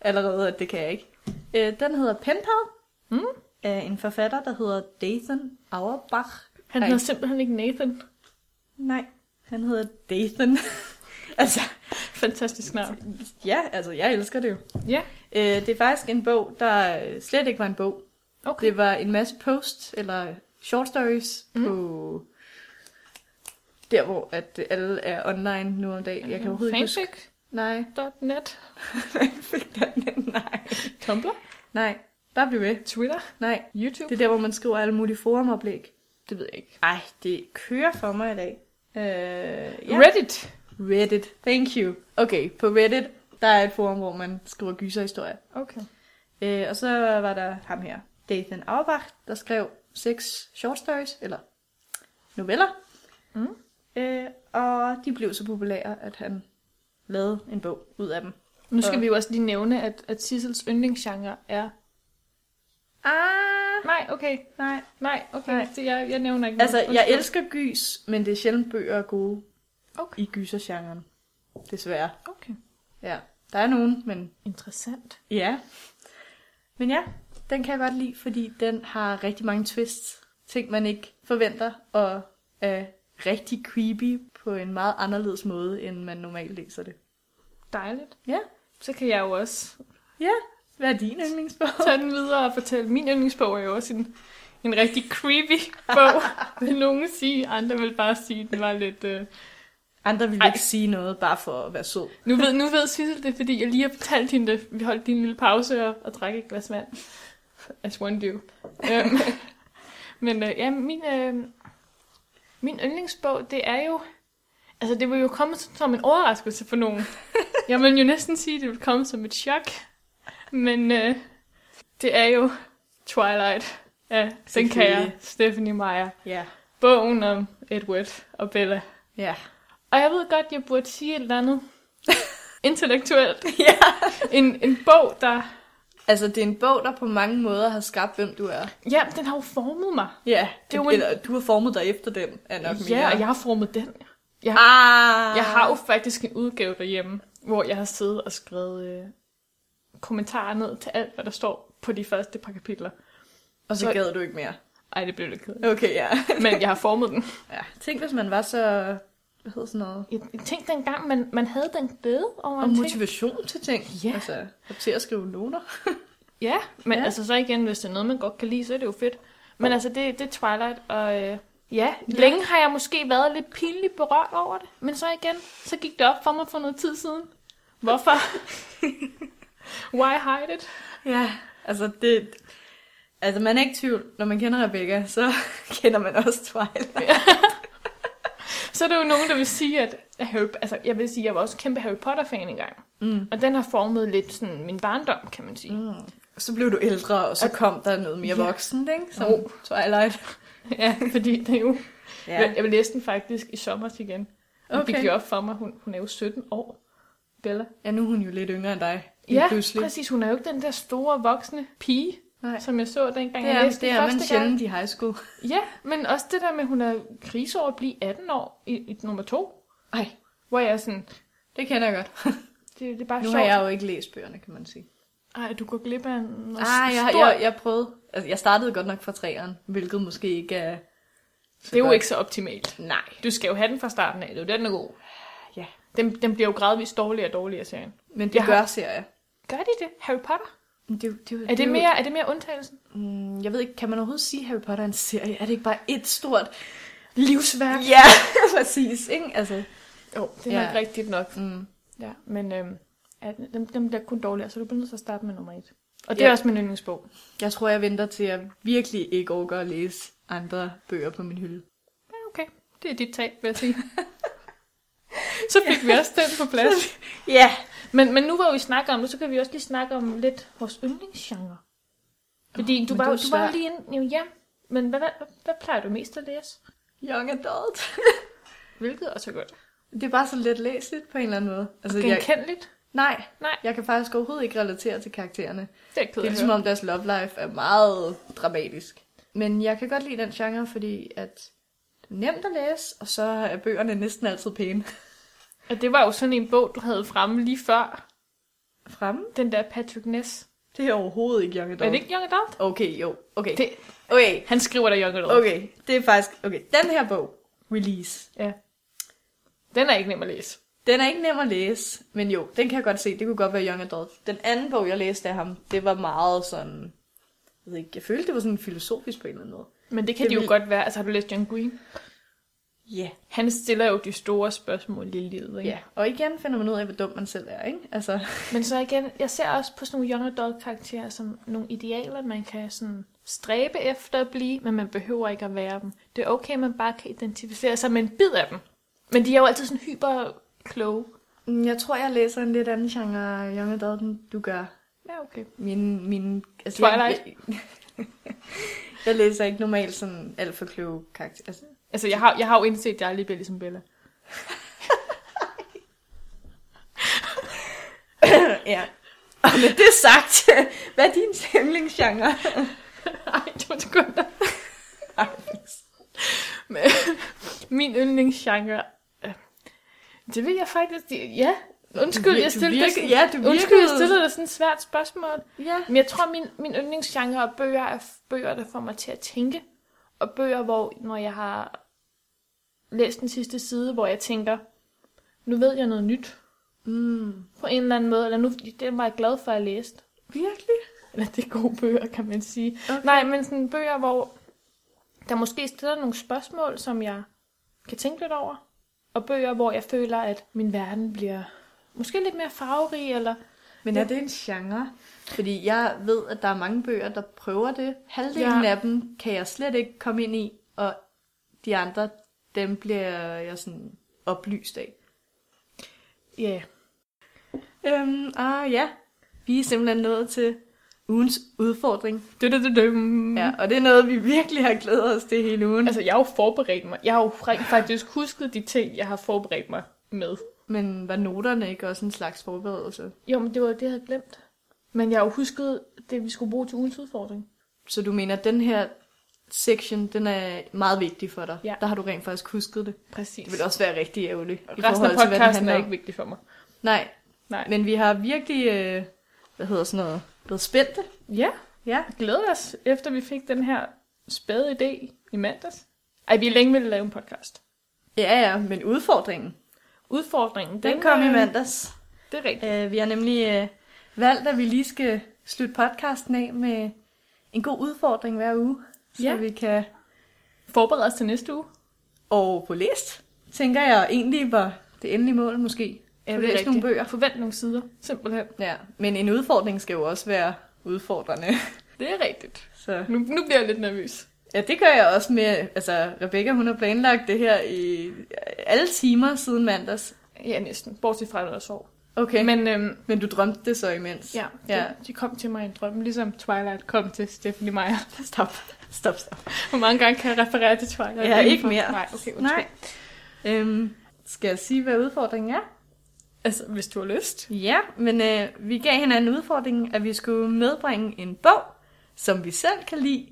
[SPEAKER 1] allerede, at det kan jeg ikke. Øh, den hedder Penpal,
[SPEAKER 2] Mm.
[SPEAKER 1] af en forfatter, der hedder Dathan Auerbach.
[SPEAKER 2] Han
[SPEAKER 1] Nej.
[SPEAKER 2] hedder simpelthen ikke Nathan.
[SPEAKER 1] Nej, han hedder Dathan. altså,
[SPEAKER 2] Fantastisk navn.
[SPEAKER 1] ja, altså, jeg elsker det jo.
[SPEAKER 2] Ja,
[SPEAKER 1] Øh, det er faktisk en bog, der øh, slet ikke var en bog.
[SPEAKER 2] okay.
[SPEAKER 1] Det var en masse posts, eller short stories,
[SPEAKER 2] Mm.
[SPEAKER 1] mm. på der, hvor at alle er online nu om dagen.
[SPEAKER 2] Mm,
[SPEAKER 1] Jeg kan overhovedet ikke huske. Nej.
[SPEAKER 2] Fanfic.net,
[SPEAKER 1] Fik den den? Nej.
[SPEAKER 2] Tumblr,
[SPEAKER 1] Nej, bare bliv ved.
[SPEAKER 2] Twitter,
[SPEAKER 1] Nej.
[SPEAKER 2] YouTube.
[SPEAKER 1] Det er der, hvor man skriver alle mulige forumoplæg.
[SPEAKER 2] det ved jeg ikke.
[SPEAKER 1] Ej, det kører for mig i dag. Øh,
[SPEAKER 2] Ja.
[SPEAKER 1] ja.
[SPEAKER 2] Reddit.
[SPEAKER 1] Reddit. Thank you. Okay, på Reddit, der er et forum, hvor man skriver gyserhistorier.
[SPEAKER 2] Okay.
[SPEAKER 1] Øh, og så var der ham her, Dathan Auerbach, der skrev seks short stories, eller noveller.
[SPEAKER 2] Mm.
[SPEAKER 1] Øh, og de blev så populære, at han lavede en bog ud af dem.
[SPEAKER 2] Nu skal
[SPEAKER 1] Og-
[SPEAKER 2] vi jo også lige nævne, at, at Sissels yndlingsgenre er...
[SPEAKER 1] Ah,
[SPEAKER 2] Nej, okay.
[SPEAKER 1] nej.
[SPEAKER 2] Nej, okay.
[SPEAKER 1] Nej.
[SPEAKER 2] Det, jeg, jeg nævner ikke
[SPEAKER 1] Altså,
[SPEAKER 2] noget.
[SPEAKER 1] jeg
[SPEAKER 2] Undskyld.
[SPEAKER 1] elsker gys, men det er sjældent bøger er gode
[SPEAKER 2] Okay.
[SPEAKER 1] i gysergenren. Desværre.
[SPEAKER 2] okay.
[SPEAKER 1] Ja, der er nogen, men
[SPEAKER 2] Interessant.
[SPEAKER 1] ja. Men ja, den kan jeg godt lide, fordi den har rigtig mange twists. Ting, man ikke forventer, og er rigtig creepy på en meget anderledes måde, end man normalt læser det.
[SPEAKER 2] Dejligt.
[SPEAKER 1] Ja.
[SPEAKER 2] Så kan jeg jo også
[SPEAKER 1] Ja, hvad er din yndlingsbog?
[SPEAKER 2] tage den videre og fortælle. Min yndlingsbog er jo også en, en rigtig creepy bog, vil nogen sige. Andre vil bare sige, at den var lidt... Øh...
[SPEAKER 1] Andre vil
[SPEAKER 2] Ej.
[SPEAKER 1] ikke sige noget, bare for at være sød.
[SPEAKER 2] Nu ved, nu ved Sissel det, fordi jeg lige har fortalt hende det. Vi holdt lige en lille pause og, og drak et glas vand. As one do. Øhm, men øh, ja, min, øh, min yndlingsbog, det er jo... Altså, det vil jo komme som- som en overraskelse for nogen. Jeg vil jo næsten sige, at det vil komme som et chok. Men øh, det er jo Twilight af den kære
[SPEAKER 1] Selvfølgelig.
[SPEAKER 2] Stephanie Meyer.
[SPEAKER 1] Ja.
[SPEAKER 2] Bogen om Edward og Bella.
[SPEAKER 1] Ja.
[SPEAKER 2] Og jeg ved godt, jeg burde sige et eller andet intellektuelt.
[SPEAKER 1] ja.
[SPEAKER 2] En, en bog, der...
[SPEAKER 1] Altså, det er en bog, der på mange måder har skabt, hvem du er.
[SPEAKER 2] Ja, den har jo formet mig.
[SPEAKER 1] Ja,
[SPEAKER 2] Det er
[SPEAKER 1] det
[SPEAKER 2] jo
[SPEAKER 1] var
[SPEAKER 2] en-
[SPEAKER 1] eller du har formet dig efter den, er nok
[SPEAKER 2] ja,
[SPEAKER 1] mere.
[SPEAKER 2] og jeg har formet den.
[SPEAKER 1] Ah.
[SPEAKER 2] Jeg har jo faktisk en udgave derhjemme, hvor jeg har siddet og skrevet øh, kommentarer ned til alt, hvad der står på de første par kapitler.
[SPEAKER 1] Og så
[SPEAKER 2] så-
[SPEAKER 1] gad du ikke mere.
[SPEAKER 2] Ej, det blev lidt kedeligt.
[SPEAKER 1] Okay, ja.
[SPEAKER 2] Men jeg har formet den.
[SPEAKER 1] ja. Tænk, hvis man var så... Hvad hedder sådan noget?
[SPEAKER 2] Jeg, jeg tænkte dengang, man, man havde den glæde over
[SPEAKER 1] Og
[SPEAKER 2] en ting.
[SPEAKER 1] motivation til ting.
[SPEAKER 2] Ja.
[SPEAKER 1] Altså, og til at skrive noter.
[SPEAKER 2] Ja, men ja.
[SPEAKER 1] Ja.
[SPEAKER 2] altså så igen, hvis det er noget, man godt kan lide, så er det jo fedt. Men altså, det, det er Twilight, og øh, ja, længe har jeg måske været lidt pinligt berørt over det. Men så igen, så gik det op for mig for noget tid siden. Hvorfor? Why hide it?
[SPEAKER 1] Ja. Altså, det... Altså, man er ikke i tvivl. Når man kender Rebecca, så kender man også Twilight.
[SPEAKER 2] Så er der jo nogen, der vil sige, at at Harry, altså, jeg vil sige, jeg var også kæmpe Harry Potter-fan engang.
[SPEAKER 1] Mm.
[SPEAKER 2] Og den har formet lidt sådan min barndom, kan man sige.
[SPEAKER 1] Mm. Så blev du ældre, og så kom der noget mere
[SPEAKER 2] Ja.
[SPEAKER 1] voksent, ikke? Som
[SPEAKER 2] Jo.
[SPEAKER 1] Twilight.
[SPEAKER 2] Ja, fordi det er jo... Ja. Jeg vil læse den faktisk i sommer igen. Og okay. det
[SPEAKER 1] Okay.
[SPEAKER 2] gik jo op for mig, hun, hun er jo 17 år, Bella.
[SPEAKER 1] ja, nu er hun jo lidt yngre end dig. lige
[SPEAKER 2] Ja,
[SPEAKER 1] pludselig.
[SPEAKER 2] præcis. Hun er jo ikke den der store, voksne pige.
[SPEAKER 1] Nej.
[SPEAKER 2] som jeg så dengang,
[SPEAKER 1] Det
[SPEAKER 2] jeg
[SPEAKER 1] er,
[SPEAKER 2] læste
[SPEAKER 1] det
[SPEAKER 2] den
[SPEAKER 1] er man
[SPEAKER 2] første gang.
[SPEAKER 1] sjældent i high school.
[SPEAKER 2] Ja, men også det der med, at hun er krise over at blive 18 år i, i nummer to,
[SPEAKER 1] Ej,
[SPEAKER 2] hvor jeg er sådan,
[SPEAKER 1] det kender jeg godt.
[SPEAKER 2] det, det er bare
[SPEAKER 1] Nu
[SPEAKER 2] sjovt.
[SPEAKER 1] har jeg jo ikke læst bøgerne, kan man sige.
[SPEAKER 2] Ej, du går glip af en
[SPEAKER 1] Ah, jeg,
[SPEAKER 2] stor...
[SPEAKER 1] jeg, jeg prøvede. Altså, jeg startede godt nok fra træeren, hvilket måske ikke er...
[SPEAKER 2] det er jo
[SPEAKER 1] godt.
[SPEAKER 2] ikke så optimalt.
[SPEAKER 1] Nej.
[SPEAKER 2] Du skal jo have den fra starten af, det er jo den, der er god.
[SPEAKER 1] Ja.
[SPEAKER 2] Den, den bliver jo gradvist dårligere og dårligere, serien.
[SPEAKER 1] Men det
[SPEAKER 2] Jeg
[SPEAKER 1] jeg
[SPEAKER 2] har-
[SPEAKER 1] gør har... serier.
[SPEAKER 2] Gør de det? Harry Potter?
[SPEAKER 1] Men Det, jo- det, jo-
[SPEAKER 2] Er
[SPEAKER 1] jo-
[SPEAKER 2] det mere, er det mere undtagelsen?
[SPEAKER 1] Mm, jeg ved ikke, kan man overhovedet sige, at Harry Potter er en serie? Er det ikke bare et stort...
[SPEAKER 2] Livsværk?
[SPEAKER 1] Ja, præcis, ikke? Altså,
[SPEAKER 2] Jo, det er ja. nok
[SPEAKER 1] Ja.
[SPEAKER 2] rigtigt nok.
[SPEAKER 1] mm.
[SPEAKER 2] Ja, men øhm, ja, dem, dem bliver kun dårligere, så du bliver nødt til at starte med nummer et. Og det
[SPEAKER 1] Ja.
[SPEAKER 2] er også min yndlingsbog.
[SPEAKER 1] Jeg tror, jeg venter til, at jeg virkelig ikke overgår at læse andre bøger på min hylde.
[SPEAKER 2] Okay, det er dit tag, vil jeg sige. så fik vi også den på plads.
[SPEAKER 1] Ja.
[SPEAKER 2] Men, men nu hvor vi snakker om det, så kan vi også lige snakke om lidt vores yndlingsgenre. Fordi du
[SPEAKER 1] men det
[SPEAKER 2] var, jo-
[SPEAKER 1] er
[SPEAKER 2] du
[SPEAKER 1] jo
[SPEAKER 2] var jo
[SPEAKER 1] svært.
[SPEAKER 2] lige en, jo, ja, men hvad, hvad, hvad, hvad plejer du mest at læse?
[SPEAKER 1] Young adult.
[SPEAKER 2] Hvilket også er godt.
[SPEAKER 1] Det er bare så let læseligt på en eller anden måde. Altså, jeg,
[SPEAKER 2] Genkendeligt?
[SPEAKER 1] nej,
[SPEAKER 2] Nej.
[SPEAKER 1] jeg kan faktisk overhovedet ikke relatere til karaktererne.
[SPEAKER 2] Det er jeg ked
[SPEAKER 1] Det
[SPEAKER 2] af
[SPEAKER 1] er
[SPEAKER 2] at
[SPEAKER 1] ligesom
[SPEAKER 2] høre.
[SPEAKER 1] om deres love life er meget dramatisk. Men jeg kan godt lide den genre, fordi at det er nemt at læse, og så er bøgerne næsten altid pæne.
[SPEAKER 2] Og det var jo sådan en bog, du havde fremme lige før.
[SPEAKER 1] Fremme?
[SPEAKER 2] Den der Patrick Ness.
[SPEAKER 1] Det er overhovedet ikke young adult.
[SPEAKER 2] Er det ikke Young Adult?
[SPEAKER 1] Okay, jo. Okay.
[SPEAKER 2] Det,
[SPEAKER 1] Okay,
[SPEAKER 2] han skriver da Young Adult.
[SPEAKER 1] okay. Det er faktisk... Okay, den her bog, Release,
[SPEAKER 2] Ja. Den er ikke nem at læse.
[SPEAKER 1] den er ikke nem at læse, men jo, den kan jeg godt se. Det kunne godt være young adult. Den anden bog, jeg læste af ham, det var meget sådan... Jeg ved ikke, jeg følte, det var sådan filosofisk på en eller anden måde.
[SPEAKER 2] Men det kan
[SPEAKER 1] Det
[SPEAKER 2] det de jo
[SPEAKER 1] vil-
[SPEAKER 2] godt være. Altså, har du læst John Green?
[SPEAKER 1] Ja. Yeah.
[SPEAKER 2] Han stiller jo de store spørgsmål i livet, ikke?
[SPEAKER 1] Ja, og igen finder man ud af, hvor dum man selv er, ikke? Altså,
[SPEAKER 2] Men så igen, jeg ser også på sådan nogle young adult karakterer som nogle idealer, man kan sådan stræbe efter at blive, men man behøver ikke at være dem. Det er okay, man bare kan identificere sig med en bid af dem. Men de er jo altid sådan hyper kloge.
[SPEAKER 1] mm, jeg tror, jeg læser en lidt anden genre young adult, end du gør.
[SPEAKER 2] Ja, okay.
[SPEAKER 1] Min, min, altså,
[SPEAKER 2] Twilight?
[SPEAKER 1] Jeg, jeg læser ikke normalt sådan alt for kloge karakter. Altså,
[SPEAKER 2] Altså, jeg har, jeg har jo indset, at jeg aldrig bliver ligesom Bella.
[SPEAKER 1] ja. Og med det sagt, hvad er din yndlingsgenre?
[SPEAKER 2] Ej, to sekunder.
[SPEAKER 1] Ej.
[SPEAKER 2] Men, Min yndlingsgenre... øh, Det vil jeg faktisk... Ja, undskyld, jeg stillede
[SPEAKER 1] virkede,
[SPEAKER 2] dig...
[SPEAKER 1] Ja, du virkede.
[SPEAKER 2] Undskyld, jeg stillede dig sådan et svært spørgsmål.
[SPEAKER 1] Ja.
[SPEAKER 2] Men jeg tror, min, min yndlingsgenre og bøger er f- bøger, der får mig til at tænke. Og bøger, hvor når jeg har læst den sidste side, hvor jeg tænker, nu ved jeg noget nyt
[SPEAKER 1] Mm.
[SPEAKER 2] på en eller anden måde, eller nu, det var jeg glad for, at jeg læste.
[SPEAKER 1] Virkelig?
[SPEAKER 2] Eller det er gode bøger, kan man sige.
[SPEAKER 1] Okay.
[SPEAKER 2] Nej, men sådan bøger, hvor der måske stiller nogle spørgsmål, som jeg kan tænke lidt over. Og bøger, hvor jeg føler, at min verden bliver måske lidt mere farverig, eller...
[SPEAKER 1] Men er det en genre? Fordi jeg ved, at der er mange bøger, der prøver det. Halvdelen
[SPEAKER 2] Ja.
[SPEAKER 1] ja. af dem kan jeg slet ikke komme ind i, og de andre, dem bliver jeg sådan oplyst af.
[SPEAKER 2] Ja, yeah.
[SPEAKER 1] Øhm, og ja, vi er simpelthen nået til ugens udfordring.
[SPEAKER 2] du, du, du, du.
[SPEAKER 1] Ja, og det er noget, vi virkelig har glædet os til hele ugen.
[SPEAKER 2] Altså, jeg har jo forberedt mig. Jeg har jo rent faktisk husket de ting, jeg har forberedt mig med.
[SPEAKER 1] Men var noterne ikke også en slags forberedelse?
[SPEAKER 2] Jo, men det var jo det, jeg havde glemt. Men jeg har jo husket det, vi skulle bruge til ugens udfordring.
[SPEAKER 1] Så du mener, at den her section, den er meget vigtig for dig?
[SPEAKER 2] Ja.
[SPEAKER 1] Der har du rent faktisk husket det.
[SPEAKER 2] Præcis.
[SPEAKER 1] Det vil også være rigtig ærgerligt. i
[SPEAKER 2] Resten af
[SPEAKER 1] forhold til, hvad den
[SPEAKER 2] podcasten
[SPEAKER 1] handler
[SPEAKER 2] er
[SPEAKER 1] om.
[SPEAKER 2] ikke vigtig for mig.
[SPEAKER 1] Nej,
[SPEAKER 2] Nej.
[SPEAKER 1] men vi har virkelig, øh, hvad hedder sådan noget, været spændte.
[SPEAKER 2] Ja,
[SPEAKER 1] Ja.
[SPEAKER 2] glæder os, efter vi fik den her spæde idé i mandags. Ej, vi har længe ville lave en podcast.
[SPEAKER 1] Ja, ja, men udfordringen,
[SPEAKER 2] Udfordringen, den,
[SPEAKER 1] den, kom i
[SPEAKER 2] øh,
[SPEAKER 1] mandags.
[SPEAKER 2] Det er rigtigt.
[SPEAKER 1] Øh, vi har nemlig øh, valgt, at vi lige skal slutte podcasten af med en god udfordring hver uge. Så
[SPEAKER 2] Ja.
[SPEAKER 1] vi kan...
[SPEAKER 2] Forbered os til næste uge.
[SPEAKER 1] Og på læst, tænker jeg egentlig var det endelige mål måske.
[SPEAKER 2] Ja,
[SPEAKER 1] Få
[SPEAKER 2] det er
[SPEAKER 1] læst nogle
[SPEAKER 2] rigtigt.
[SPEAKER 1] bøger.
[SPEAKER 2] Forvent nogle sider, simpelthen.
[SPEAKER 1] Ja, men en udfordring skal jo også være udfordrende.
[SPEAKER 2] Det er rigtigt.
[SPEAKER 1] Så
[SPEAKER 2] Nu, nu bliver jeg lidt nervøs.
[SPEAKER 1] Ja, det gør jeg også med, altså Rebecca hun har planlagt det her i alle timer siden mandags.
[SPEAKER 2] Ja, næsten. Bortset fra, når jeg sov.
[SPEAKER 1] Okay, men,
[SPEAKER 2] Men øhm,
[SPEAKER 1] men du drømte det så imens?
[SPEAKER 2] Ja, ja.
[SPEAKER 1] Ja.
[SPEAKER 2] De, de kom til mig i en drøm, ligesom Twilight kom til Stephanie Meyer.
[SPEAKER 1] Stop, stop, stop.
[SPEAKER 2] Hvor mange gange kan jeg referere til Twilight?
[SPEAKER 1] Ja, ikke
[SPEAKER 2] Indenfor-
[SPEAKER 1] mere.
[SPEAKER 2] Nej, okay, undskyld.
[SPEAKER 1] Nej. Øhm, skal jeg sige, hvad udfordringen er?
[SPEAKER 2] Altså, hvis du har lyst.
[SPEAKER 1] Ja, men øh, vi gav hinanden udfordringen, at vi skulle medbringe en bog, som vi selv kan lide,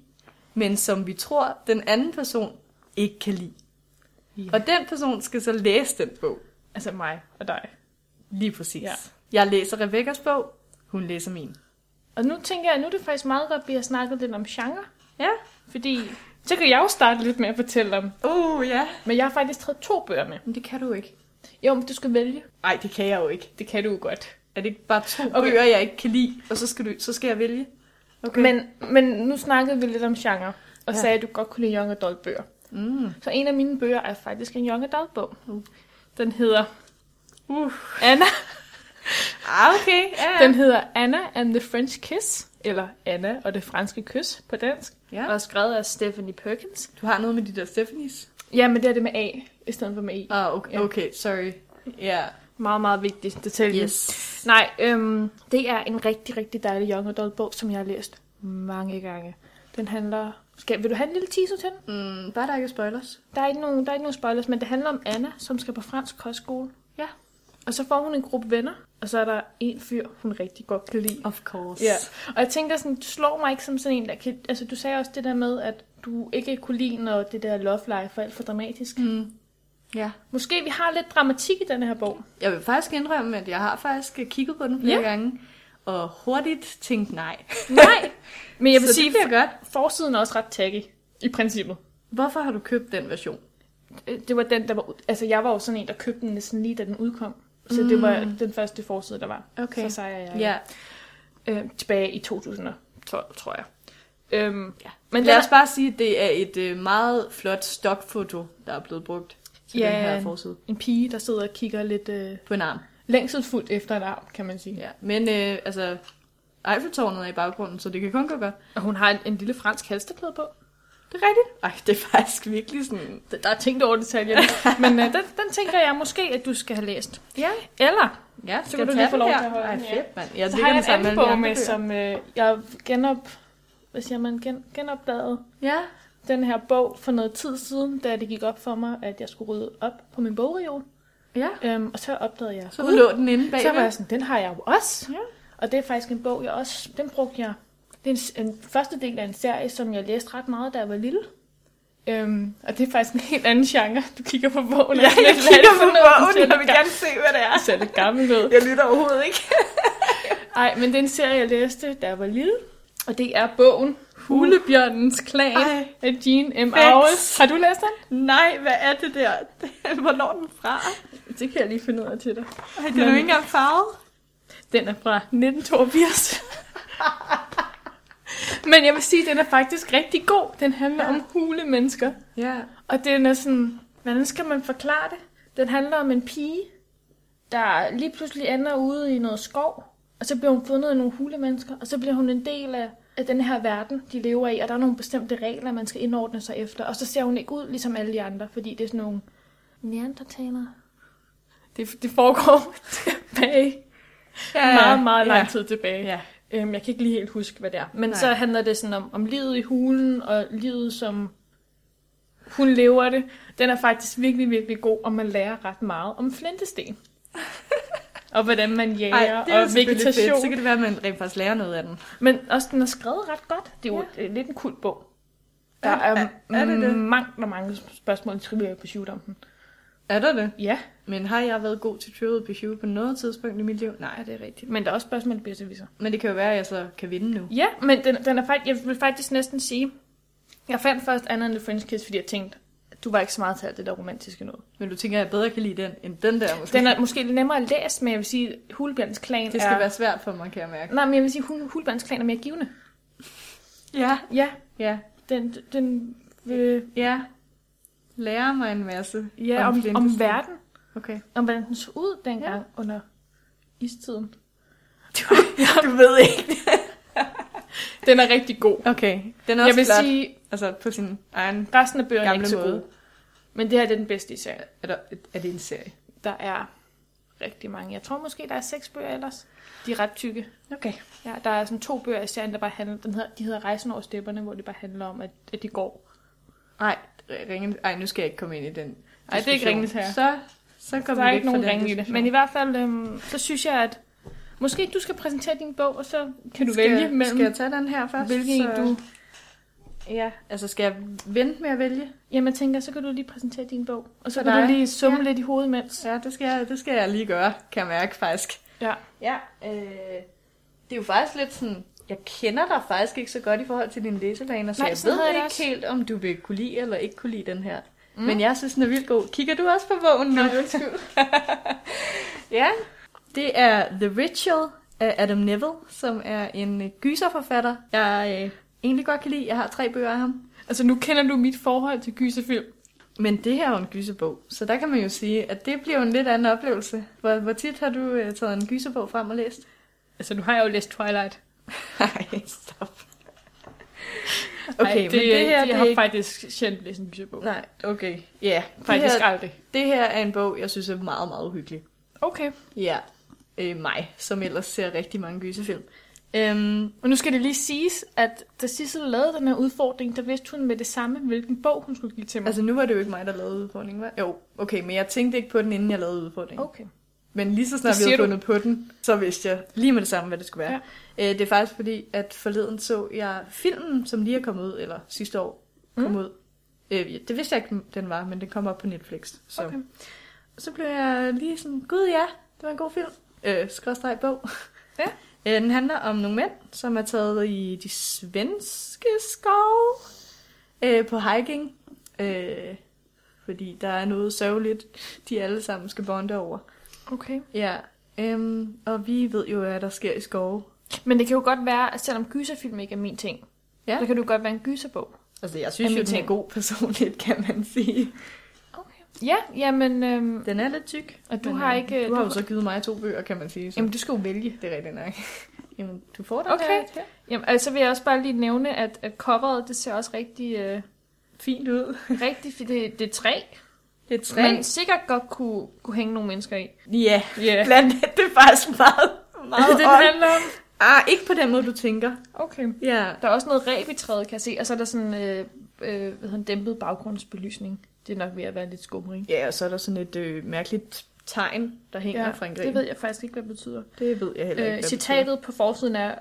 [SPEAKER 1] men som vi tror, den anden person ikke kan lide.
[SPEAKER 2] Ja.
[SPEAKER 1] Og den person skal så læse den bog.
[SPEAKER 2] Altså mig og dig.
[SPEAKER 1] Lige præcis.
[SPEAKER 2] Ja.
[SPEAKER 1] Jeg læser Rebekkas bog, hun læser min.
[SPEAKER 2] Og nu tænker jeg, nu er det faktisk meget godt, at vi har snakket lidt om genre.
[SPEAKER 1] Ja.
[SPEAKER 2] Fordi så kan jeg jo starte lidt med at fortælle om.
[SPEAKER 1] Uh, ja.
[SPEAKER 2] Men jeg har faktisk taget to bøger med.
[SPEAKER 1] Men det kan du ikke.
[SPEAKER 2] Jo, men du skal vælge.
[SPEAKER 1] Nej, det kan jeg jo ikke.
[SPEAKER 2] Det kan du jo godt.
[SPEAKER 1] Er det ikke bare to
[SPEAKER 2] Okay.
[SPEAKER 1] okay. bøger, jeg ikke kan lide, og så skal, du, så skal jeg vælge?
[SPEAKER 2] Okay. Men, men nu snakkede vi lidt om genre. Og ja.
[SPEAKER 1] Ja.
[SPEAKER 2] sagde, at du godt kunne lide young adult bøger.
[SPEAKER 1] Mm.
[SPEAKER 2] Så en af mine bøger er faktisk en young adult bog.
[SPEAKER 1] Uh.
[SPEAKER 2] Den hedder
[SPEAKER 1] Uh.
[SPEAKER 2] Anna.
[SPEAKER 1] Ah, okay. Ja, ja.
[SPEAKER 2] Den hedder Anna and the French Kiss. Eller Anna og det franske kys på dansk.
[SPEAKER 1] ja.
[SPEAKER 2] Og er skrevet af Stephanie Perkins.
[SPEAKER 1] Du har noget med de der Stephanies?
[SPEAKER 2] Ja, men det er det med A i stedet for med I.
[SPEAKER 1] Ah, okay,
[SPEAKER 2] Ja.
[SPEAKER 1] okay sorry. Ja.
[SPEAKER 2] Meget, meget vigtig detalje. Nej, øhm, det er en rigtig, rigtig dejlig young adult bog, som jeg har læst mange gange. Den handler... Skal, vil du have en lille teaser til den?
[SPEAKER 1] Mm, bare der ikke er spoilers.
[SPEAKER 2] Der er, ikke nogen, der er ikke nogen spoilers, men det handler om Anna, som skal på fransk kostskole.
[SPEAKER 1] Ja.
[SPEAKER 2] Og så får hun en gruppe venner, og så er der en fyr, hun rigtig godt kan lide.
[SPEAKER 1] Of course.
[SPEAKER 2] Ja, og jeg tænker sådan, du slår mig ikke som sådan en, der kan... Altså, du sagde også det der med, at du ikke kunne lide, når det der love life er alt for dramatisk.
[SPEAKER 1] Mm. Ja.
[SPEAKER 2] Måske vi har lidt dramatik i den her bog.
[SPEAKER 1] Jeg vil faktisk indrømme, at jeg har faktisk kigget på den flere
[SPEAKER 2] Ja.
[SPEAKER 1] ja. gange, og hurtigt tænkt nej.
[SPEAKER 2] Nej, men jeg vil
[SPEAKER 1] Så
[SPEAKER 2] sige,
[SPEAKER 1] det bliver godt.
[SPEAKER 2] forsiden er også ret taggy, i princippet.
[SPEAKER 1] Hvorfor har du købt den version?
[SPEAKER 2] Øh, Det var den, der var... ud- Altså, jeg var jo sådan en, der købte den næsten lige, da den udkom. Så mm. det var den første forside, der var.
[SPEAKER 1] Okay.
[SPEAKER 2] Så sejrer jeg
[SPEAKER 1] Ja.
[SPEAKER 2] øh, tilbage i 2012, tror jeg. Øhm,
[SPEAKER 1] Ja.
[SPEAKER 2] Men
[SPEAKER 1] Lad
[SPEAKER 2] den
[SPEAKER 1] os bare sige, at det er et øh, meget flot stokfoto, der er blevet brugt til
[SPEAKER 2] Ja.
[SPEAKER 1] den her forside.
[SPEAKER 2] en pige, der sidder og kigger lidt øh,
[SPEAKER 1] På en arm.
[SPEAKER 2] længselsfuldt efter en arm, kan man sige.
[SPEAKER 1] Ja. Men øh, altså, Eiffeltårnet er i baggrunden, så det kan kun gå godt.
[SPEAKER 2] Og hun har en, en lille fransk halsterklæde på.
[SPEAKER 1] Det er rigtigt. Ej, det er faktisk virkelig sådan...
[SPEAKER 2] Der- Der er tænkt over detaljerne. men øh, den, den tænker jeg måske, at du skal have læst.
[SPEAKER 1] Ja,
[SPEAKER 2] Eller
[SPEAKER 1] ja
[SPEAKER 2] så
[SPEAKER 1] skal
[SPEAKER 2] kan
[SPEAKER 1] jeg
[SPEAKER 2] du
[SPEAKER 1] tage
[SPEAKER 2] lige få
[SPEAKER 1] den
[SPEAKER 2] lov
[SPEAKER 1] her?
[SPEAKER 2] til at holde
[SPEAKER 1] Ej,
[SPEAKER 2] den, ja.
[SPEAKER 1] fedt, mand. Jeg
[SPEAKER 2] så
[SPEAKER 1] ligger
[SPEAKER 2] har jeg
[SPEAKER 1] den
[SPEAKER 2] en
[SPEAKER 1] sammen
[SPEAKER 2] anden
[SPEAKER 1] alle de
[SPEAKER 2] bog
[SPEAKER 1] andre
[SPEAKER 2] med,
[SPEAKER 1] bøger.
[SPEAKER 2] som øh, jeg genop... Hvad siger man? Gen, genopdagede
[SPEAKER 1] Ja.
[SPEAKER 2] den her bog for noget tid siden, da det gik op for mig, at jeg skulle rydde op på min bogreol.
[SPEAKER 1] Ja.
[SPEAKER 2] Øhm, og så opdagede jeg,
[SPEAKER 1] Så lå den inde bagved.
[SPEAKER 2] så var jeg sådan, den har jeg jo også.
[SPEAKER 1] Ja.
[SPEAKER 2] Og det er faktisk en bog, jeg også, den brugte jeg. Det er en, s- en første del af en serie, som jeg læste ret meget, da jeg var lille. Øhm, og det er faktisk en helt anden genre. Du kigger på bogen.
[SPEAKER 1] Ja, jeg kigger på bogen, jeg vil
[SPEAKER 2] gerne
[SPEAKER 1] gerne se, hvad det er.
[SPEAKER 2] det ser lidt gammel ud.
[SPEAKER 1] Jeg lytter overhovedet ikke.
[SPEAKER 2] Ej, men det er en serie, jeg læste, da jeg var lille. Og det er bogen Hulebjørnens Klan
[SPEAKER 1] Ej.
[SPEAKER 2] af Jean M.
[SPEAKER 1] Fedt.
[SPEAKER 2] Auels. Har du læst den?
[SPEAKER 1] Nej, hvad er det der? Hvornår er den fra?
[SPEAKER 2] Det kan jeg lige finde ud af til dig.
[SPEAKER 1] Ej, den er jo ikke engang farvet.
[SPEAKER 2] Den er fra 1982. Men jeg vil sige, at den er faktisk rigtig god. Den handler ja.
[SPEAKER 1] Ja.
[SPEAKER 2] om hulemennesker.
[SPEAKER 1] Ja.
[SPEAKER 2] Og den er sådan, hvordan skal man forklare det? Den handler om en pige, der lige pludselig ender ude i noget skov. Og så bliver hun fundet af nogle hulemennesker. Og så bliver hun en del af, af den her verden, de lever i. Og der er nogle bestemte regler, man skal indordne sig efter. Og så ser hun ikke ud ligesom alle de andre, fordi det er sådan nogle neandertalere. Det, det foregår tilbage
[SPEAKER 1] ja,
[SPEAKER 2] meget, meget
[SPEAKER 1] ja.
[SPEAKER 2] lang tid tilbage.
[SPEAKER 1] Ja.
[SPEAKER 2] Øhm, jeg kan ikke lige helt huske, hvad det er. Men Nej.
[SPEAKER 1] Nej.
[SPEAKER 2] så handler det sådan om, om livet i hulen, og livet som hun lever det. Den er faktisk virkelig, virkelig god, og man lærer ret meget om flintesten. og hvordan man
[SPEAKER 1] Ej,
[SPEAKER 2] jager,
[SPEAKER 1] det er
[SPEAKER 2] og
[SPEAKER 1] selvfølgelig
[SPEAKER 2] vegetation.
[SPEAKER 1] fedt. Så kan det være, at man rent faktisk lærer noget af den.
[SPEAKER 2] Men også, den er skrevet ret godt. Det er jo ja. lidt en kult bog. Der
[SPEAKER 1] Er-
[SPEAKER 2] er,
[SPEAKER 1] er- er det det?
[SPEAKER 2] mange, der mange spørgsmål i Trivia på Shootampen.
[SPEAKER 1] Er der det?
[SPEAKER 2] Ja,
[SPEAKER 1] Men har jeg været god til Trivial Pursuit på noget tidspunkt i mit liv? Nej, det er rigtigt.
[SPEAKER 2] men der er også spørgsmål i bedsteviser.
[SPEAKER 1] Men det kan jo være, at jeg så kan vinde nu.
[SPEAKER 2] Ja, men den, den er faktisk, jeg vil faktisk næsten sige, jeg fandt først Anna and the French Kiss, fordi jeg tænkte, du var ikke så meget til alt det der romantiske noget.
[SPEAKER 1] Men du tænker, at jeg bedre kan lide den, end den der måske?
[SPEAKER 2] Den er måske lidt nemmere at læse, men jeg vil sige, Hulebjørns Klan
[SPEAKER 1] Det skal
[SPEAKER 2] er...
[SPEAKER 1] være svært for mig, kan jeg mærke.
[SPEAKER 2] Nej, men jeg vil sige, Hul, Hulebjørns Klan er mere givende.
[SPEAKER 1] Ja.
[SPEAKER 2] Ja,
[SPEAKER 1] Ja.
[SPEAKER 2] den... den øh,
[SPEAKER 1] Ja. Lærer mig en masse.
[SPEAKER 2] ja, om, om, om
[SPEAKER 1] Flintesten.
[SPEAKER 2] verden.
[SPEAKER 1] Okay.
[SPEAKER 2] Om hvordan den så ud dengang ja. under istiden.
[SPEAKER 1] Du ved ikke.
[SPEAKER 2] Den er rigtig god.
[SPEAKER 1] Okay. Den er
[SPEAKER 2] Jeg
[SPEAKER 1] også
[SPEAKER 2] vil
[SPEAKER 1] flot.
[SPEAKER 2] sige,
[SPEAKER 1] Altså på sin egen...
[SPEAKER 2] resten af bøgerne er
[SPEAKER 1] Gamle
[SPEAKER 2] ikke så
[SPEAKER 1] måde.
[SPEAKER 2] gode. Men det her det er den bedste i serien.
[SPEAKER 1] Er, der, er det en serie?
[SPEAKER 2] Der er rigtig mange. Jeg tror måske, der er seks bøger ellers. De er ret tykke.
[SPEAKER 1] Okay.
[SPEAKER 2] Ja, der er sådan to bøger i serien, der bare handler, den hedder, de hedder Rejsen over stepperne, hvor det bare handler om, at, at de går.
[SPEAKER 1] Nej, ringe, ej, nu skal jeg ikke komme ind i den
[SPEAKER 2] Ej, det er ikke
[SPEAKER 1] diskussion.
[SPEAKER 2] Ringenes Herre.
[SPEAKER 1] Så, så
[SPEAKER 2] Der
[SPEAKER 1] kommer
[SPEAKER 2] er
[SPEAKER 1] vi
[SPEAKER 2] ikke
[SPEAKER 1] væk fra
[SPEAKER 2] nogen
[SPEAKER 1] den
[SPEAKER 2] ringe i det.
[SPEAKER 1] diskussion.
[SPEAKER 2] Men i hvert fald, øhm, så synes jeg, at Måske du skal præsentere din bog, og så kan du
[SPEAKER 1] skal,
[SPEAKER 2] vælge mellem,
[SPEAKER 1] Skal jeg tage den her først?
[SPEAKER 2] hvilken en du...
[SPEAKER 1] Ja, altså skal jeg vente med at vælge?
[SPEAKER 2] Jamen, jeg tænker, så kan du lige præsentere din bog, og så
[SPEAKER 1] For
[SPEAKER 2] kan du
[SPEAKER 1] dig.
[SPEAKER 2] lige summe
[SPEAKER 1] Ja.
[SPEAKER 2] lidt i hovedet mens.
[SPEAKER 1] Ja, det skal jeg, det skal jeg lige gøre, kan jeg mærke faktisk.
[SPEAKER 2] Ja.
[SPEAKER 1] Ja, øh, det er jo faktisk lidt sådan, jeg kender dig faktisk ikke så godt i forhold til dine læsevaner, så
[SPEAKER 2] Nej,
[SPEAKER 1] jeg
[SPEAKER 2] sådan havde
[SPEAKER 1] ved
[SPEAKER 2] jeg det
[SPEAKER 1] ikke
[SPEAKER 2] også.
[SPEAKER 1] helt, om du vil kunne lide eller ikke kunne lide den her. Mm. Men jeg synes, den er vildt god. Kigger du også på bogen nu?
[SPEAKER 2] undskyld.
[SPEAKER 1] Ja. Det er The Ritual af Adam Neville, som er en øh, gyserforfatter, jeg øh, egentlig godt kan lide. Jeg har tre bøger af ham.
[SPEAKER 2] altså, nu kender du mit forhold til gyserfilm.
[SPEAKER 1] Men det her er jo en gyserbog, så der kan man jo sige, at det bliver jo en lidt anden oplevelse. Hvor, hvor tit har du øh, taget en gyserbog frem og læst?
[SPEAKER 2] Altså, nu har jeg jo læst Twilight.
[SPEAKER 1] Nej, stop. Okay,
[SPEAKER 2] Ej,
[SPEAKER 1] Ej, det, men det her,
[SPEAKER 2] jeg
[SPEAKER 1] det er
[SPEAKER 2] har
[SPEAKER 1] ikke...
[SPEAKER 2] faktisk sjældent læst en gyserbog.
[SPEAKER 1] Nej, okay. Ja, yeah. det,
[SPEAKER 2] Faktisk
[SPEAKER 1] her,
[SPEAKER 2] aldrig.
[SPEAKER 1] det her er en bog, jeg synes er meget, meget uhyggelig.
[SPEAKER 2] Okay,
[SPEAKER 1] Ja, øh, mig, som ellers ser rigtig mange gyserfilm. Øhm,
[SPEAKER 2] og nu skal det lige siges, at da Sissel lavede den her udfordring, der vidste hun med det samme, hvilken bog hun skulle give til mig.
[SPEAKER 1] altså, nu var det jo ikke mig, der lavede udfordringen, var? Jo, okay, men jeg tænkte ikke på den, inden jeg lavede udfordringen.
[SPEAKER 2] okay.
[SPEAKER 1] Men lige så
[SPEAKER 2] Det
[SPEAKER 1] snart vi
[SPEAKER 2] siger
[SPEAKER 1] havde
[SPEAKER 2] du.
[SPEAKER 1] fundet på den, så vidste jeg lige med det samme, hvad det skulle være. Ja. Øh, det er faktisk fordi, at forleden så jeg filmen, som lige er kommet ud, eller sidste år kom
[SPEAKER 2] Mm.
[SPEAKER 1] ud. Øh, ja, det vidste jeg ikke, den var, men den kom op på Netflix. Så,
[SPEAKER 2] Okay.
[SPEAKER 1] så blev jeg lige sådan, gud ja, det var en god film. Øh, skråstreg bog.
[SPEAKER 2] Ja.
[SPEAKER 1] Øh, den handler om nogle mænd, som er taget i de svenske skove øh, på hiking. Øh, fordi der er noget sørgeligt, de alle sammen skal bonde over.
[SPEAKER 2] Okay.
[SPEAKER 1] Ja, øhm, og vi ved jo, hvad der sker i skove.
[SPEAKER 2] Men det kan jo godt være, at selvom gyserfilm ikke er min ting,
[SPEAKER 1] Ja.
[SPEAKER 2] ja. så kan det jo godt være en gyserbog.
[SPEAKER 1] Altså, jeg synes
[SPEAKER 2] Jamen,
[SPEAKER 1] jo, den er
[SPEAKER 2] tænk.
[SPEAKER 1] god personligt, kan man sige.
[SPEAKER 2] Okay. Ja, jamen, øhm,
[SPEAKER 1] Den er lidt tyk.
[SPEAKER 2] og du
[SPEAKER 1] men,
[SPEAKER 2] har
[SPEAKER 1] øh,
[SPEAKER 2] ikke...
[SPEAKER 1] Du har jo
[SPEAKER 2] øhm, du-
[SPEAKER 1] så givet mig to bøger, kan man sige. Så.
[SPEAKER 2] Jamen, du skal jo vælge.
[SPEAKER 1] det er rigtigt nok. Jamen, du får den
[SPEAKER 2] Okay.
[SPEAKER 1] der. Ja.
[SPEAKER 2] Jamen, altså vil jeg også bare lige nævne, at, at coveret, det ser også rigtig... Øh,
[SPEAKER 1] Fint ud.
[SPEAKER 2] rigtig fi- det, det er træ,
[SPEAKER 1] Det er
[SPEAKER 2] træ,
[SPEAKER 1] tre.
[SPEAKER 2] man sikkert godt kunne, kunne hænge nogle mennesker i.
[SPEAKER 1] Ja,
[SPEAKER 2] Yeah.
[SPEAKER 1] blandt andet, det er faktisk meget, meget
[SPEAKER 2] det,
[SPEAKER 1] det,
[SPEAKER 2] den handler om.
[SPEAKER 1] Ah, ikke på den måde, du tænker.
[SPEAKER 2] Okay.
[SPEAKER 1] Ja.
[SPEAKER 2] Der er også noget ræb i træet, kan jeg se, og så er der sådan øh, øh, hvad hedder, en dæmpet baggrundsbelysning. Det er nok ved at være lidt skumring.
[SPEAKER 1] Ja, og så er der sådan et øh, mærkeligt tegn, der hænger fra en gren.
[SPEAKER 2] det ved jeg faktisk ikke, hvad det betyder.
[SPEAKER 1] det ved jeg heller ikke,
[SPEAKER 2] Øh,
[SPEAKER 1] hvad
[SPEAKER 2] citatet på forsiden er,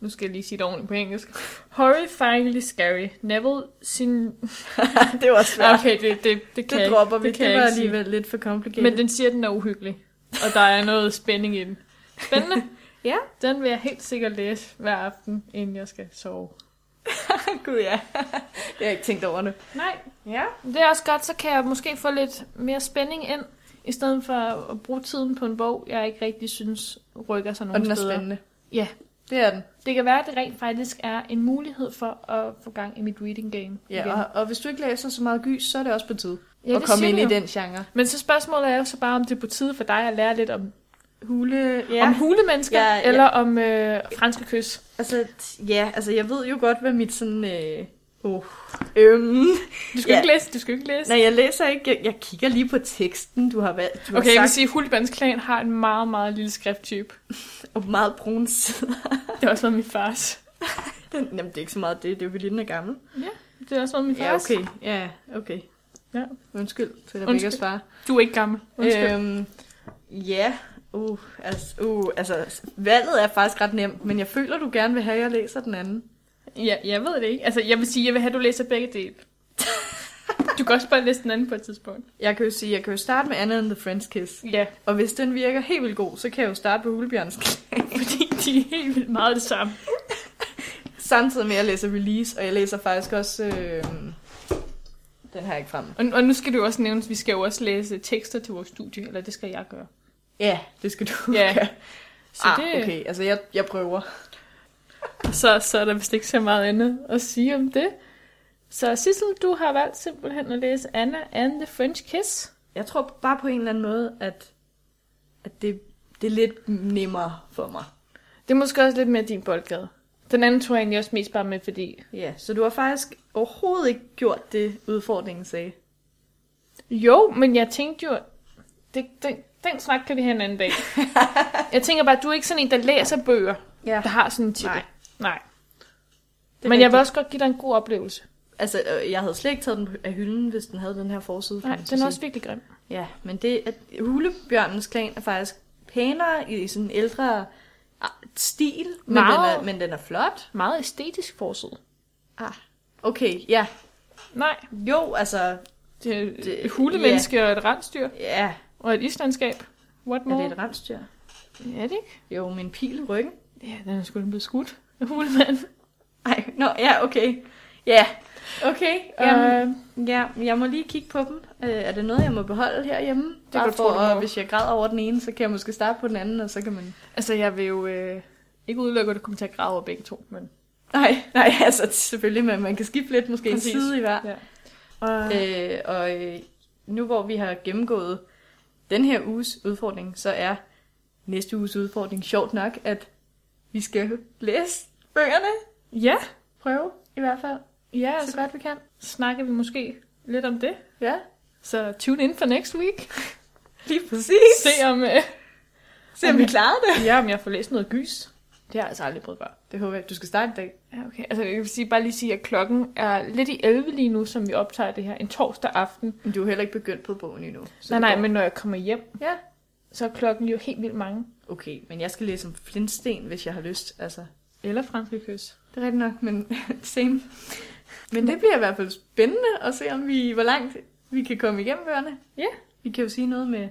[SPEAKER 2] nu skal jeg lige sige det ordentligt på engelsk, horrifyingly scary, Neville sin...
[SPEAKER 1] betyder. det var svært.
[SPEAKER 2] Okay, det, det, det kan
[SPEAKER 1] det
[SPEAKER 2] jeg
[SPEAKER 1] dropper
[SPEAKER 2] ikke,
[SPEAKER 1] vi.
[SPEAKER 2] det
[SPEAKER 1] Det,
[SPEAKER 2] kan
[SPEAKER 1] det
[SPEAKER 2] jeg
[SPEAKER 1] var
[SPEAKER 2] ikke sige.
[SPEAKER 1] alligevel lidt for kompliceret.
[SPEAKER 2] Men den siger, at den er uhyggelig, og der er noget spænding i den. Spændende.
[SPEAKER 1] Ja.
[SPEAKER 2] Den vil jeg helt sikkert læse hver aften, inden jeg skal sove.
[SPEAKER 1] Gud ja, det har jeg ikke tænkt over nu.
[SPEAKER 2] Nej,
[SPEAKER 1] Ja.
[SPEAKER 2] det er også godt, så kan jeg måske få lidt mere spænding ind, i stedet for at bruge tiden på en bog, jeg ikke rigtig synes rykker sig
[SPEAKER 1] Og
[SPEAKER 2] nogen
[SPEAKER 1] den er
[SPEAKER 2] steder.
[SPEAKER 1] spændende.
[SPEAKER 2] Ja.
[SPEAKER 1] Det er den.
[SPEAKER 2] Det kan være, at det rent faktisk er en mulighed for at få gang i mit reading game. igen.
[SPEAKER 1] Ja, og, og hvis du ikke læser så meget gys, så er det også på tide
[SPEAKER 2] ja
[SPEAKER 1] at komme
[SPEAKER 2] siger
[SPEAKER 1] ind
[SPEAKER 2] du
[SPEAKER 1] i
[SPEAKER 2] jo.
[SPEAKER 1] den genre.
[SPEAKER 2] Men så spørgsmålet er jo så bare, om det er på tide for dig at lære lidt om,
[SPEAKER 1] Hule,
[SPEAKER 2] ja. om hulemennesker,
[SPEAKER 1] Ja,
[SPEAKER 2] ja,
[SPEAKER 1] ja.
[SPEAKER 2] ja. eller om øh, franske kys.
[SPEAKER 1] Altså, t- ja, altså jeg ved jo godt, hvad mit sådan... Øh, oh, øhm.
[SPEAKER 2] Du skal
[SPEAKER 1] Ja.
[SPEAKER 2] ja. ikke læse, du skal ikke læse.
[SPEAKER 1] Nej, jeg læser ikke. Jeg, jeg kigger lige på teksten, du har valgt. Du
[SPEAKER 2] Okay, jeg
[SPEAKER 1] har
[SPEAKER 2] vil
[SPEAKER 1] sagt,
[SPEAKER 2] sige, at Hulibans Klan har en meget, meget lille skrifttype.
[SPEAKER 1] og meget brune sider.
[SPEAKER 2] Det har også været min fars.
[SPEAKER 1] Den- Jamen, det er ikke så meget det. Det er jo, fordi den er gammel.
[SPEAKER 2] Det har også været min
[SPEAKER 1] Ja,
[SPEAKER 2] fars.
[SPEAKER 1] okay. Ja, okay.
[SPEAKER 2] Ja.
[SPEAKER 1] Undskyld til
[SPEAKER 2] Undskyld.
[SPEAKER 1] Rebekkas far.
[SPEAKER 2] Du er ikke gammel. Undskyld.
[SPEAKER 1] Øhm, ja, uh, altså, uh, altså, valget er faktisk ret nemt, men jeg føler, du gerne vil have, at jeg læser den anden.
[SPEAKER 2] Ja, jeg ved det ikke. Altså, jeg vil sige, jeg vil have, at du læser begge dele. Du kan også bare læse den anden på et tidspunkt.
[SPEAKER 1] Jeg kan jo sige, jeg kan jo starte med Anna and the Friends Kiss,
[SPEAKER 2] Ja,
[SPEAKER 1] og hvis den virker helt vildt god, så kan jeg jo starte på Hulebjørns Kiss.
[SPEAKER 2] fordi de er helt vildt meget det samme.
[SPEAKER 1] Samtidig med, at jeg læser Release, og jeg læser faktisk også, øh, den har jeg ikke fremme.
[SPEAKER 2] Og, og nu skal du også nævnes, at vi skal jo også læse tekster til vores studie, eller det skal jeg gøre.
[SPEAKER 1] Ja, det skal du
[SPEAKER 2] Ja,
[SPEAKER 1] gøre.
[SPEAKER 2] Så,
[SPEAKER 1] Ah,
[SPEAKER 2] det,
[SPEAKER 1] okay, altså jeg, jeg prøver.
[SPEAKER 2] så, så er der vist ikke så meget andet at sige om det. Så Sissel, du har valgt simpelthen at læse Anna and the French Kiss.
[SPEAKER 1] Jeg tror bare på en eller anden måde, at, at det, det er lidt nemmere for mig.
[SPEAKER 2] Det er måske også lidt mere din boldgade. Den anden tror jeg egentlig også mest bare med, fordi...
[SPEAKER 1] Ja, så du har faktisk overhovedet ikke gjort det, udfordringen sagde.
[SPEAKER 2] Jo, men jeg tænkte jo... Det, den, den snak kan vi have en anden dag. jeg tænker bare, at du er ikke sådan en, der læser bøger,
[SPEAKER 1] Ja.
[SPEAKER 2] der har sådan en titel.
[SPEAKER 1] Nej.
[SPEAKER 2] Nej.
[SPEAKER 1] Det er
[SPEAKER 2] Men jeg vil
[SPEAKER 1] rigtigt.
[SPEAKER 2] også godt give dig en god oplevelse.
[SPEAKER 1] Altså, øh, jeg havde slet ikke taget den af hylden, hvis den havde den her forside. kan
[SPEAKER 2] Nej,
[SPEAKER 1] man så
[SPEAKER 2] den er
[SPEAKER 1] sige.
[SPEAKER 2] også virkelig grim.
[SPEAKER 1] Ja, men det, at hulebjørnens klan er faktisk pænere i sådan ældre ah, stil, men, den
[SPEAKER 2] Meget.
[SPEAKER 1] er, men den er flot.
[SPEAKER 2] Meget æstetisk forside.
[SPEAKER 1] Ah. Okay, ja.
[SPEAKER 2] Nej,
[SPEAKER 1] Jo, altså,
[SPEAKER 2] det er et
[SPEAKER 1] Det-
[SPEAKER 2] hulemenneske og et rensdyr
[SPEAKER 1] ja.
[SPEAKER 2] og et islandskab. What
[SPEAKER 1] Er
[SPEAKER 2] more?
[SPEAKER 1] det et rensdyr?
[SPEAKER 2] er det ikke?
[SPEAKER 1] Jo, min pil i ryggen.
[SPEAKER 2] Ja, den er sgu da blevet skudt af hulemanden.
[SPEAKER 1] Ej, nå, ja, okay. Ja, okay. øhm, Jamen,
[SPEAKER 2] Jamen,
[SPEAKER 1] ja, jeg må lige kigge på dem. Øh, er det noget, jeg må beholde herhjemme? Det
[SPEAKER 2] kan du tro,
[SPEAKER 1] for,
[SPEAKER 2] du
[SPEAKER 1] at
[SPEAKER 2] må.
[SPEAKER 1] hvis jeg græder over den ene, så kan jeg måske starte på den anden, og så kan man...
[SPEAKER 2] altså, jeg vil jo øh, ikke udelukke, at du kommer til at grave over begge to, men...
[SPEAKER 1] Nej, nej, altså selvfølgelig, men man kan skifte lidt, måske
[SPEAKER 2] Præcis.
[SPEAKER 1] en side i hver.
[SPEAKER 2] Ja. Og, øh,
[SPEAKER 1] Øh, og øh, nu hvor vi har gennemgået den her uges udfordring, så er næste uges udfordring sjovt nok, at vi skal læse bøgerne.
[SPEAKER 2] ja,
[SPEAKER 1] Prøve i hvert fald,
[SPEAKER 2] ja,
[SPEAKER 1] så godt vi kan.
[SPEAKER 2] snakker vi måske lidt om det.
[SPEAKER 1] Ja,
[SPEAKER 2] Så tune in for next week.
[SPEAKER 1] lige præcis.
[SPEAKER 2] Se om, øh,
[SPEAKER 1] Se om vi klarer det.
[SPEAKER 2] ja, om jeg får læst noget gys. Det har jeg altså aldrig prøvet før.
[SPEAKER 1] Det håber jeg, du skal starte i dag.
[SPEAKER 2] Ja, okay. Altså, jeg vil sige, bare lige sige, at klokken er lidt i 11 lige nu, som vi optager det her, en torsdag aften.
[SPEAKER 1] Men du er heller ikke begyndt på bogen endnu.
[SPEAKER 2] Så nej, nej, men når jeg kommer hjem,
[SPEAKER 1] Ja.
[SPEAKER 2] så er klokken jo helt vildt mange.
[SPEAKER 1] Okay, men jeg skal læse om Flintsten, hvis jeg har lyst. Altså,
[SPEAKER 2] Eller franske kys.
[SPEAKER 1] det er rigtigt nok, men same. Men det bliver i hvert fald spændende at se, om vi, hvor langt vi kan komme igennem bøgerne.
[SPEAKER 2] Ja.
[SPEAKER 1] Vi kan jo sige noget med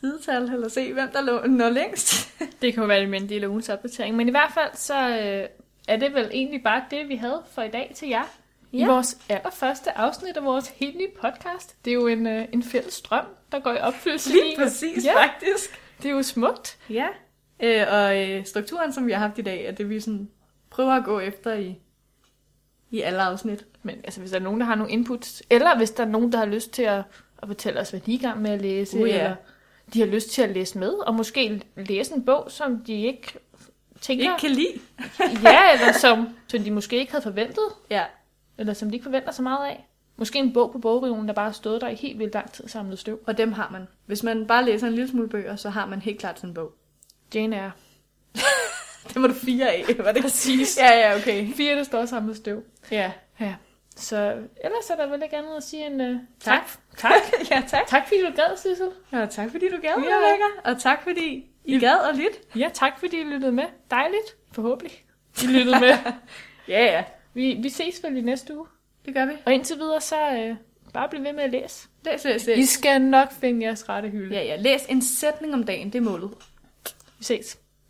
[SPEAKER 1] sidetal, eller se, hvem der lå, når længst.
[SPEAKER 2] Det kan jo være det med en del af ugens opdatering, men i hvert fald så øh, er det vel egentlig bare det, vi havde for i dag til jer. Ja. I
[SPEAKER 1] Ja.
[SPEAKER 2] vores allerførste afsnit af vores helt nye podcast. Det er jo en, øh, en fælles drøm, der går i opfyldelse
[SPEAKER 1] Lige
[SPEAKER 2] nu.
[SPEAKER 1] præcis,
[SPEAKER 2] Ja.
[SPEAKER 1] ja. faktisk.
[SPEAKER 2] Det er jo smukt.
[SPEAKER 1] Ja. Øh, og øh, strukturen, som vi har haft i dag, er det, vi sådan prøver at gå efter i, i alle afsnit.
[SPEAKER 2] Men altså, hvis der er nogen, der har nogle inputs, eller hvis der er nogen, der har lyst til at, at fortælle os, hvad de er i gang med at læse,
[SPEAKER 1] Uh, ja.
[SPEAKER 2] eller de har lyst til at læse med, og måske læse en bog, som de ikke tænker,
[SPEAKER 1] Ikke kan lide.
[SPEAKER 2] ja, eller som, som de måske ikke havde forventet,
[SPEAKER 1] Ja.
[SPEAKER 2] eller som de ikke forventer så meget af. Måske en bog på bogreolen, der bare har stået der i helt vildt lang tid og samlet støv.
[SPEAKER 1] Og dem har man. Hvis man bare læser en lille smule bøger, så har man helt klart sådan en bog.
[SPEAKER 2] Jane er
[SPEAKER 1] Det var du fire af, var det
[SPEAKER 2] præcis
[SPEAKER 1] Ja, ja, okay.
[SPEAKER 2] fire, der står og samlet støv.
[SPEAKER 1] Ja.
[SPEAKER 2] Ja. Så ellers er der vel ikke andet at sige end uh,
[SPEAKER 1] Tak.
[SPEAKER 2] Tak.
[SPEAKER 1] ja, tak.
[SPEAKER 2] tak fordi du gad, Sissel.
[SPEAKER 1] Ja, og tak fordi du gad,
[SPEAKER 2] Ja.
[SPEAKER 1] Rebecca. Og tak fordi I gad og lidt.
[SPEAKER 2] Ja, tak fordi I lyttede med. Dejligt. Forhåbentlig. I lyttede med.
[SPEAKER 1] Ja, ja.
[SPEAKER 2] Vi, vi ses vel i næste uge.
[SPEAKER 1] Det gør vi.
[SPEAKER 2] Og indtil videre, så øh, bare bliv ved med at læse.
[SPEAKER 1] Læs, læs,
[SPEAKER 2] I
[SPEAKER 1] læs.
[SPEAKER 2] skal nok finde jeres rette hylde.
[SPEAKER 1] Ja, ja. Læs en sætning om dagen. Det er målet.
[SPEAKER 2] Vi ses.